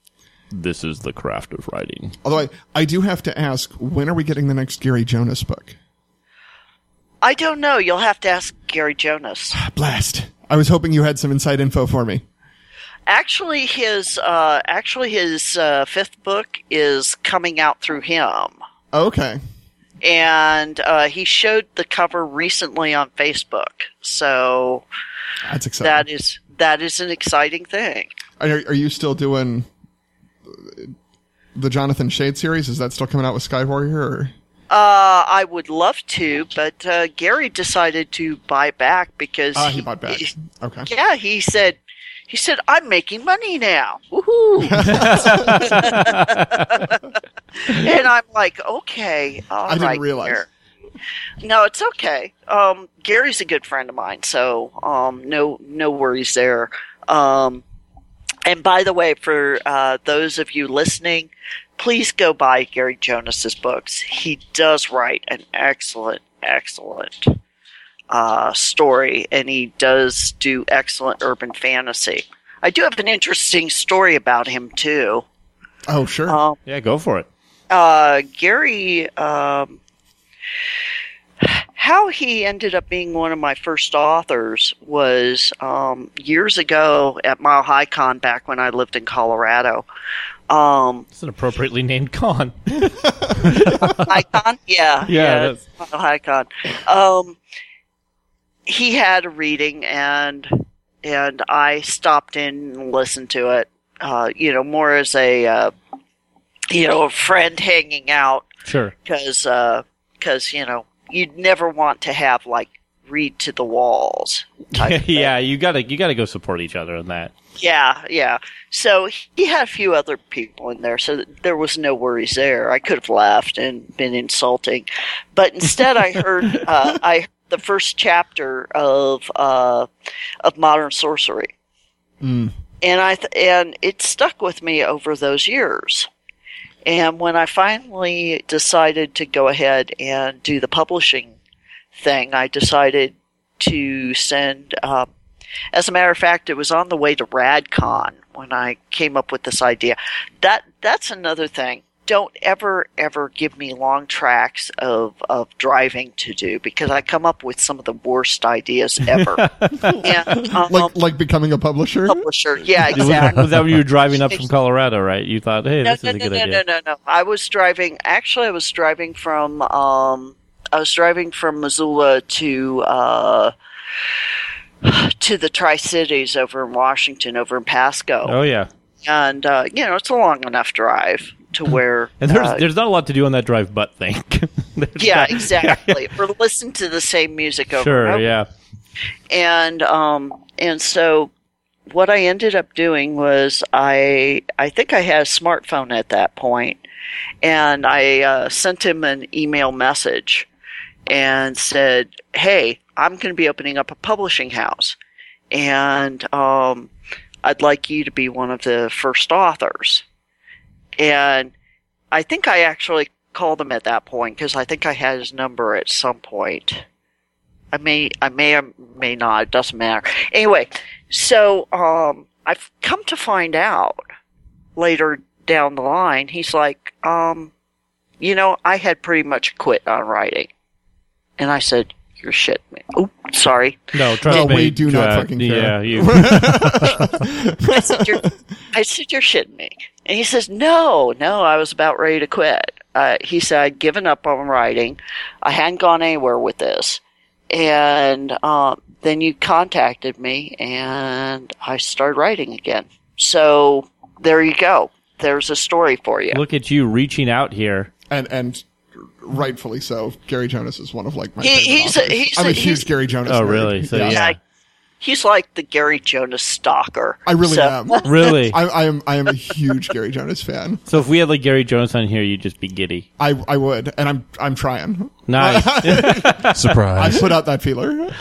Speaker 2: This is the craft of writing.
Speaker 3: Although I, I do have to ask, when are we getting the next Gary Jonas book?
Speaker 4: I don't know. You'll have to ask Gary Jonas.
Speaker 3: Blast! I was hoping you had some inside info for me.
Speaker 4: Actually, his uh, actually his uh, fifth book is coming out through him,
Speaker 3: Okay.
Speaker 4: and uh, he showed the cover recently on Facebook. So
Speaker 3: That's exciting.
Speaker 4: that is that is an exciting thing.
Speaker 3: And Are, are you still doing uh, the Jonathan Shade series? Is that still coming out with Sky Warrior? Or?
Speaker 4: Uh, I would love to, but uh, Gary decided to buy back because
Speaker 3: Ah, he bought back.
Speaker 4: Uh, he-
Speaker 3: Okay.
Speaker 4: yeah, he said he said I'm making money now. Woohoo! and I'm like, okay, all right.
Speaker 3: I didn't realize.
Speaker 4: Gary. No, it's okay. Um, Gary's a good friend of mine, so um, no no worries there. Um, and by the way, for uh, those of you listening, please go buy Gary Jonas's books. He does write an excellent, excellent uh, story, and he does do excellent urban fantasy. I do have an interesting story about him too.
Speaker 3: Oh, sure.
Speaker 4: Um,
Speaker 2: Yeah, go for it.
Speaker 4: uh, Gary, um, how he ended up being one of my first authors was um, years ago at Mile High Con back when I lived in Colorado. Um,
Speaker 2: It's an appropriately named con.
Speaker 4: Icon, yeah,
Speaker 2: Yeah,
Speaker 4: yeah, Mile High Con. Um, he had a reading, and and I stopped in and listened to it. Uh, you know, more as a uh, you know a friend hanging out
Speaker 2: Sure.
Speaker 4: because because uh, you know you'd never want to have like read to the walls type of
Speaker 2: yeah, you gotta you gotta go support each other on that.
Speaker 4: yeah yeah so he had a few other people in there so there was no worries there i could have laughed and been insulting but instead i heard uh, i heard the first chapter of uh, of modern sorcery
Speaker 3: Mm.
Speaker 4: and I th- and it stuck with me over those years. And when I finally decided to go ahead and do the publishing thing, I decided to send. Um, as a matter of fact, it was on the way to RadCon when I came up with this idea. That that's another thing. don't ever ever give me long tracks of of driving to do because I come up with some of the worst ideas ever. and, um,
Speaker 3: Like like becoming a publisher.
Speaker 4: publisher, yeah,
Speaker 2: Was that,
Speaker 4: exactly.
Speaker 2: was that when you were driving up from Colorado, right? You thought, hey,
Speaker 4: No,
Speaker 2: this
Speaker 4: no,
Speaker 2: is a
Speaker 4: no,
Speaker 2: good
Speaker 4: no,
Speaker 2: idea.
Speaker 4: no, no, no. I was driving. Actually, I was driving from. Um, I was driving from Missoula to uh, to the Tri Cities over in Washington, over in Pasco,
Speaker 2: Oh yeah,
Speaker 4: and uh, you know it's a long enough drive to where.
Speaker 2: and there's
Speaker 4: uh,
Speaker 2: there's not a lot to do on that drive, but think.
Speaker 4: yeah, exactly. Or listen to the same music over and
Speaker 2: Sure.
Speaker 4: over.
Speaker 2: Yeah.
Speaker 4: and um and so what I ended up doing was I I think I had a smartphone at that point, and I uh, sent him an email message and said, "Hey, I'm going to be opening up a publishing house, and um, I'd like you to be one of the first authors." And I think I actually called him at that point because I think I had his number at some point. I may, I may or may not. It doesn't matter. Anyway, so um, I've come to find out later down the line, he's like, um, you know, I had pretty much quit on writing, and I said, "You're shitting me." Oh, sorry.
Speaker 2: No, trust
Speaker 3: No,
Speaker 2: me.
Speaker 3: we do not
Speaker 2: uh,
Speaker 3: fucking
Speaker 2: Yeah,
Speaker 3: care.
Speaker 2: you.
Speaker 4: I said, you're, I said, you're shitting me. And he says, no, no, I was about ready to quit. Uh, he said, I'd given up on writing. I hadn't gone anywhere with this. And um, then you contacted me and I started writing again. So there you go. There's a story for you.
Speaker 2: Look at you reaching out here.
Speaker 3: and and rightfully so. Gary Jonas is one of like my.
Speaker 4: He-
Speaker 3: favorite
Speaker 4: he's a-
Speaker 3: authors.
Speaker 4: he's
Speaker 3: I'm
Speaker 4: a-
Speaker 3: a
Speaker 4: he's-
Speaker 3: huge Gary Jonas.
Speaker 2: Oh,
Speaker 3: nerd.
Speaker 2: really? So,
Speaker 3: Yeah.
Speaker 2: yeah.
Speaker 4: Like, he's like the Gary Jonas stalker.
Speaker 3: I really
Speaker 4: So-
Speaker 3: am.
Speaker 2: Really?
Speaker 3: I, I am. I am a huge Gary Jonas fan.
Speaker 2: so if we had like Gary Jones on here, you'd just be giddy.
Speaker 3: I I would, and I'm I'm trying.
Speaker 2: Nice.
Speaker 3: I
Speaker 1: Surprise.
Speaker 3: put out that feeler.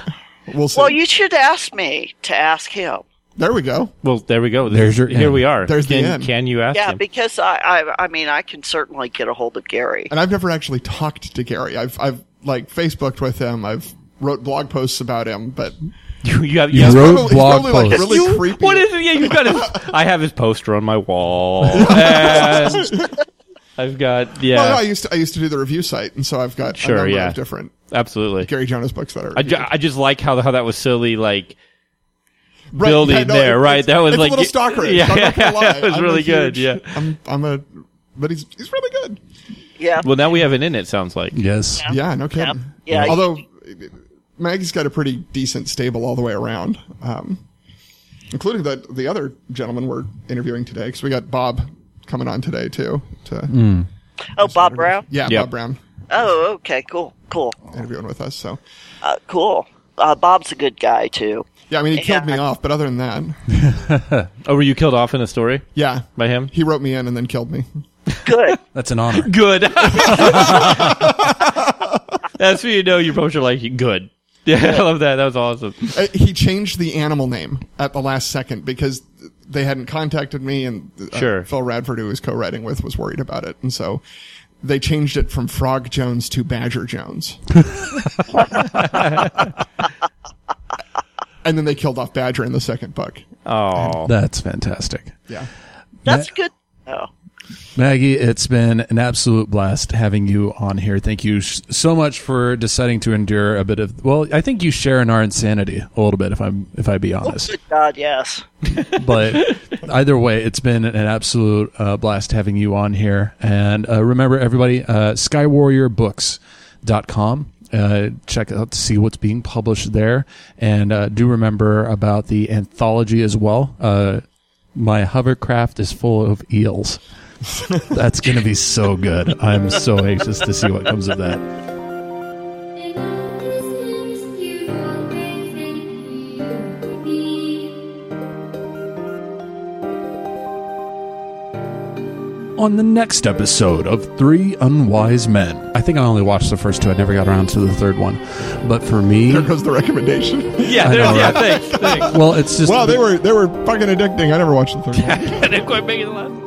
Speaker 3: We'll see.
Speaker 4: Well, you should ask me to ask him.
Speaker 3: there we go.
Speaker 2: well, there we go.
Speaker 1: There's your
Speaker 2: Here
Speaker 1: end.
Speaker 2: we are.
Speaker 3: There's the
Speaker 2: can,
Speaker 3: end.
Speaker 2: Can you ask
Speaker 4: Yeah,
Speaker 2: him?
Speaker 4: because I, I, I mean, I can certainly get a hold of Gary.
Speaker 3: And I've never actually talked to Gary. I've I've like Facebooked with him. I've wrote blog posts about him, but
Speaker 2: you, you have,
Speaker 1: You
Speaker 2: have-
Speaker 1: wrote
Speaker 3: probably- he's
Speaker 1: blog
Speaker 3: probably, like,
Speaker 1: posts.
Speaker 3: really
Speaker 2: You-
Speaker 3: creepy.
Speaker 2: What is it? Yeah, you got his. I have his poster on my wall. And I've got yeah,
Speaker 3: Well, no, I used to I used to do the review site, and so I've got
Speaker 2: Sure,
Speaker 3: a number
Speaker 2: yeah.
Speaker 3: of different
Speaker 2: absolutely.
Speaker 3: Gary Jonas books that are.
Speaker 2: I, ju-
Speaker 3: reviewed.
Speaker 2: I just like how how that was silly. Like
Speaker 3: Right,
Speaker 2: building
Speaker 3: yeah, no,
Speaker 2: there,
Speaker 3: it-
Speaker 2: right?
Speaker 3: it's-
Speaker 2: that was
Speaker 3: it's
Speaker 2: like
Speaker 3: a little stalkerish.
Speaker 2: Yeah,
Speaker 3: I'm not gonna lie.
Speaker 2: that was
Speaker 3: I'm a
Speaker 2: really
Speaker 3: huge-
Speaker 2: good. Yeah.
Speaker 3: I'm I'm a, but he's he's really good.
Speaker 4: Yeah.
Speaker 2: Well, now we have an in. It sounds like.
Speaker 1: Yes.
Speaker 3: Yeah, no kidding.
Speaker 4: Yeah.
Speaker 3: Although Maggie's got a pretty decent stable all the way around, um, including the the other gentleman we're interviewing today because we got Bob coming on today too. To
Speaker 4: Oh, Bob Brown.
Speaker 3: yeah,
Speaker 2: Mm. Yep.
Speaker 3: Bob Brown
Speaker 4: Oh, okay, cool, cool,
Speaker 3: interviewing with us. So
Speaker 4: uh, cool. Uh, Bob's a good guy too.
Speaker 3: yeah, I mean he killed me
Speaker 4: Yeah.
Speaker 3: off, but other than that,
Speaker 2: Oh, were you killed off in a story
Speaker 3: yeah,
Speaker 2: by him?
Speaker 3: he wrote me in and then killed me.
Speaker 4: Good.
Speaker 1: That's an honor.
Speaker 2: Good. That's when you know your poster like good. Yeah, I love that. That was awesome.
Speaker 3: Uh, he changed the animal name at the last second because they hadn't contacted me and uh,
Speaker 2: Sure.
Speaker 3: Phil Radford, who he was co-writing with, was worried about it. And so they changed it from Frog Jones to Badger Jones. and then they killed off Badger in the second book.
Speaker 2: Oh,
Speaker 1: That's fantastic.
Speaker 3: Yeah.
Speaker 4: That's good. Oh,
Speaker 1: Maggie, it's been an absolute blast having you on here. Thank you sh- so much for deciding to endure a bit of. Well, I think you share in our insanity a little bit, if I'm if I be honest.
Speaker 4: good God, yes.
Speaker 1: But either way, it's been an absolute uh, blast having you on here. And uh, remember, everybody, uh, SkyWarriorBooks.com. Uh, check out to see what's being published there, and uh, do remember about the anthology as well. Uh, my hovercraft is full of eels. That's going to be so good. I'm so anxious to see what comes of that.
Speaker 5: And all these things you always think you need.
Speaker 1: on the next episode of Three Unwise Men. I think I only watched the first two. I never got around to the third one. But for me,
Speaker 3: There goes the recommendation.
Speaker 2: yeah.
Speaker 1: I
Speaker 2: There's,
Speaker 1: know,
Speaker 2: yeah.
Speaker 1: right?
Speaker 2: Thanks. Thanks.
Speaker 1: well, it's just
Speaker 3: Wow, they were they were fucking addicting. I never watched the third one.
Speaker 2: They're quite big in the last.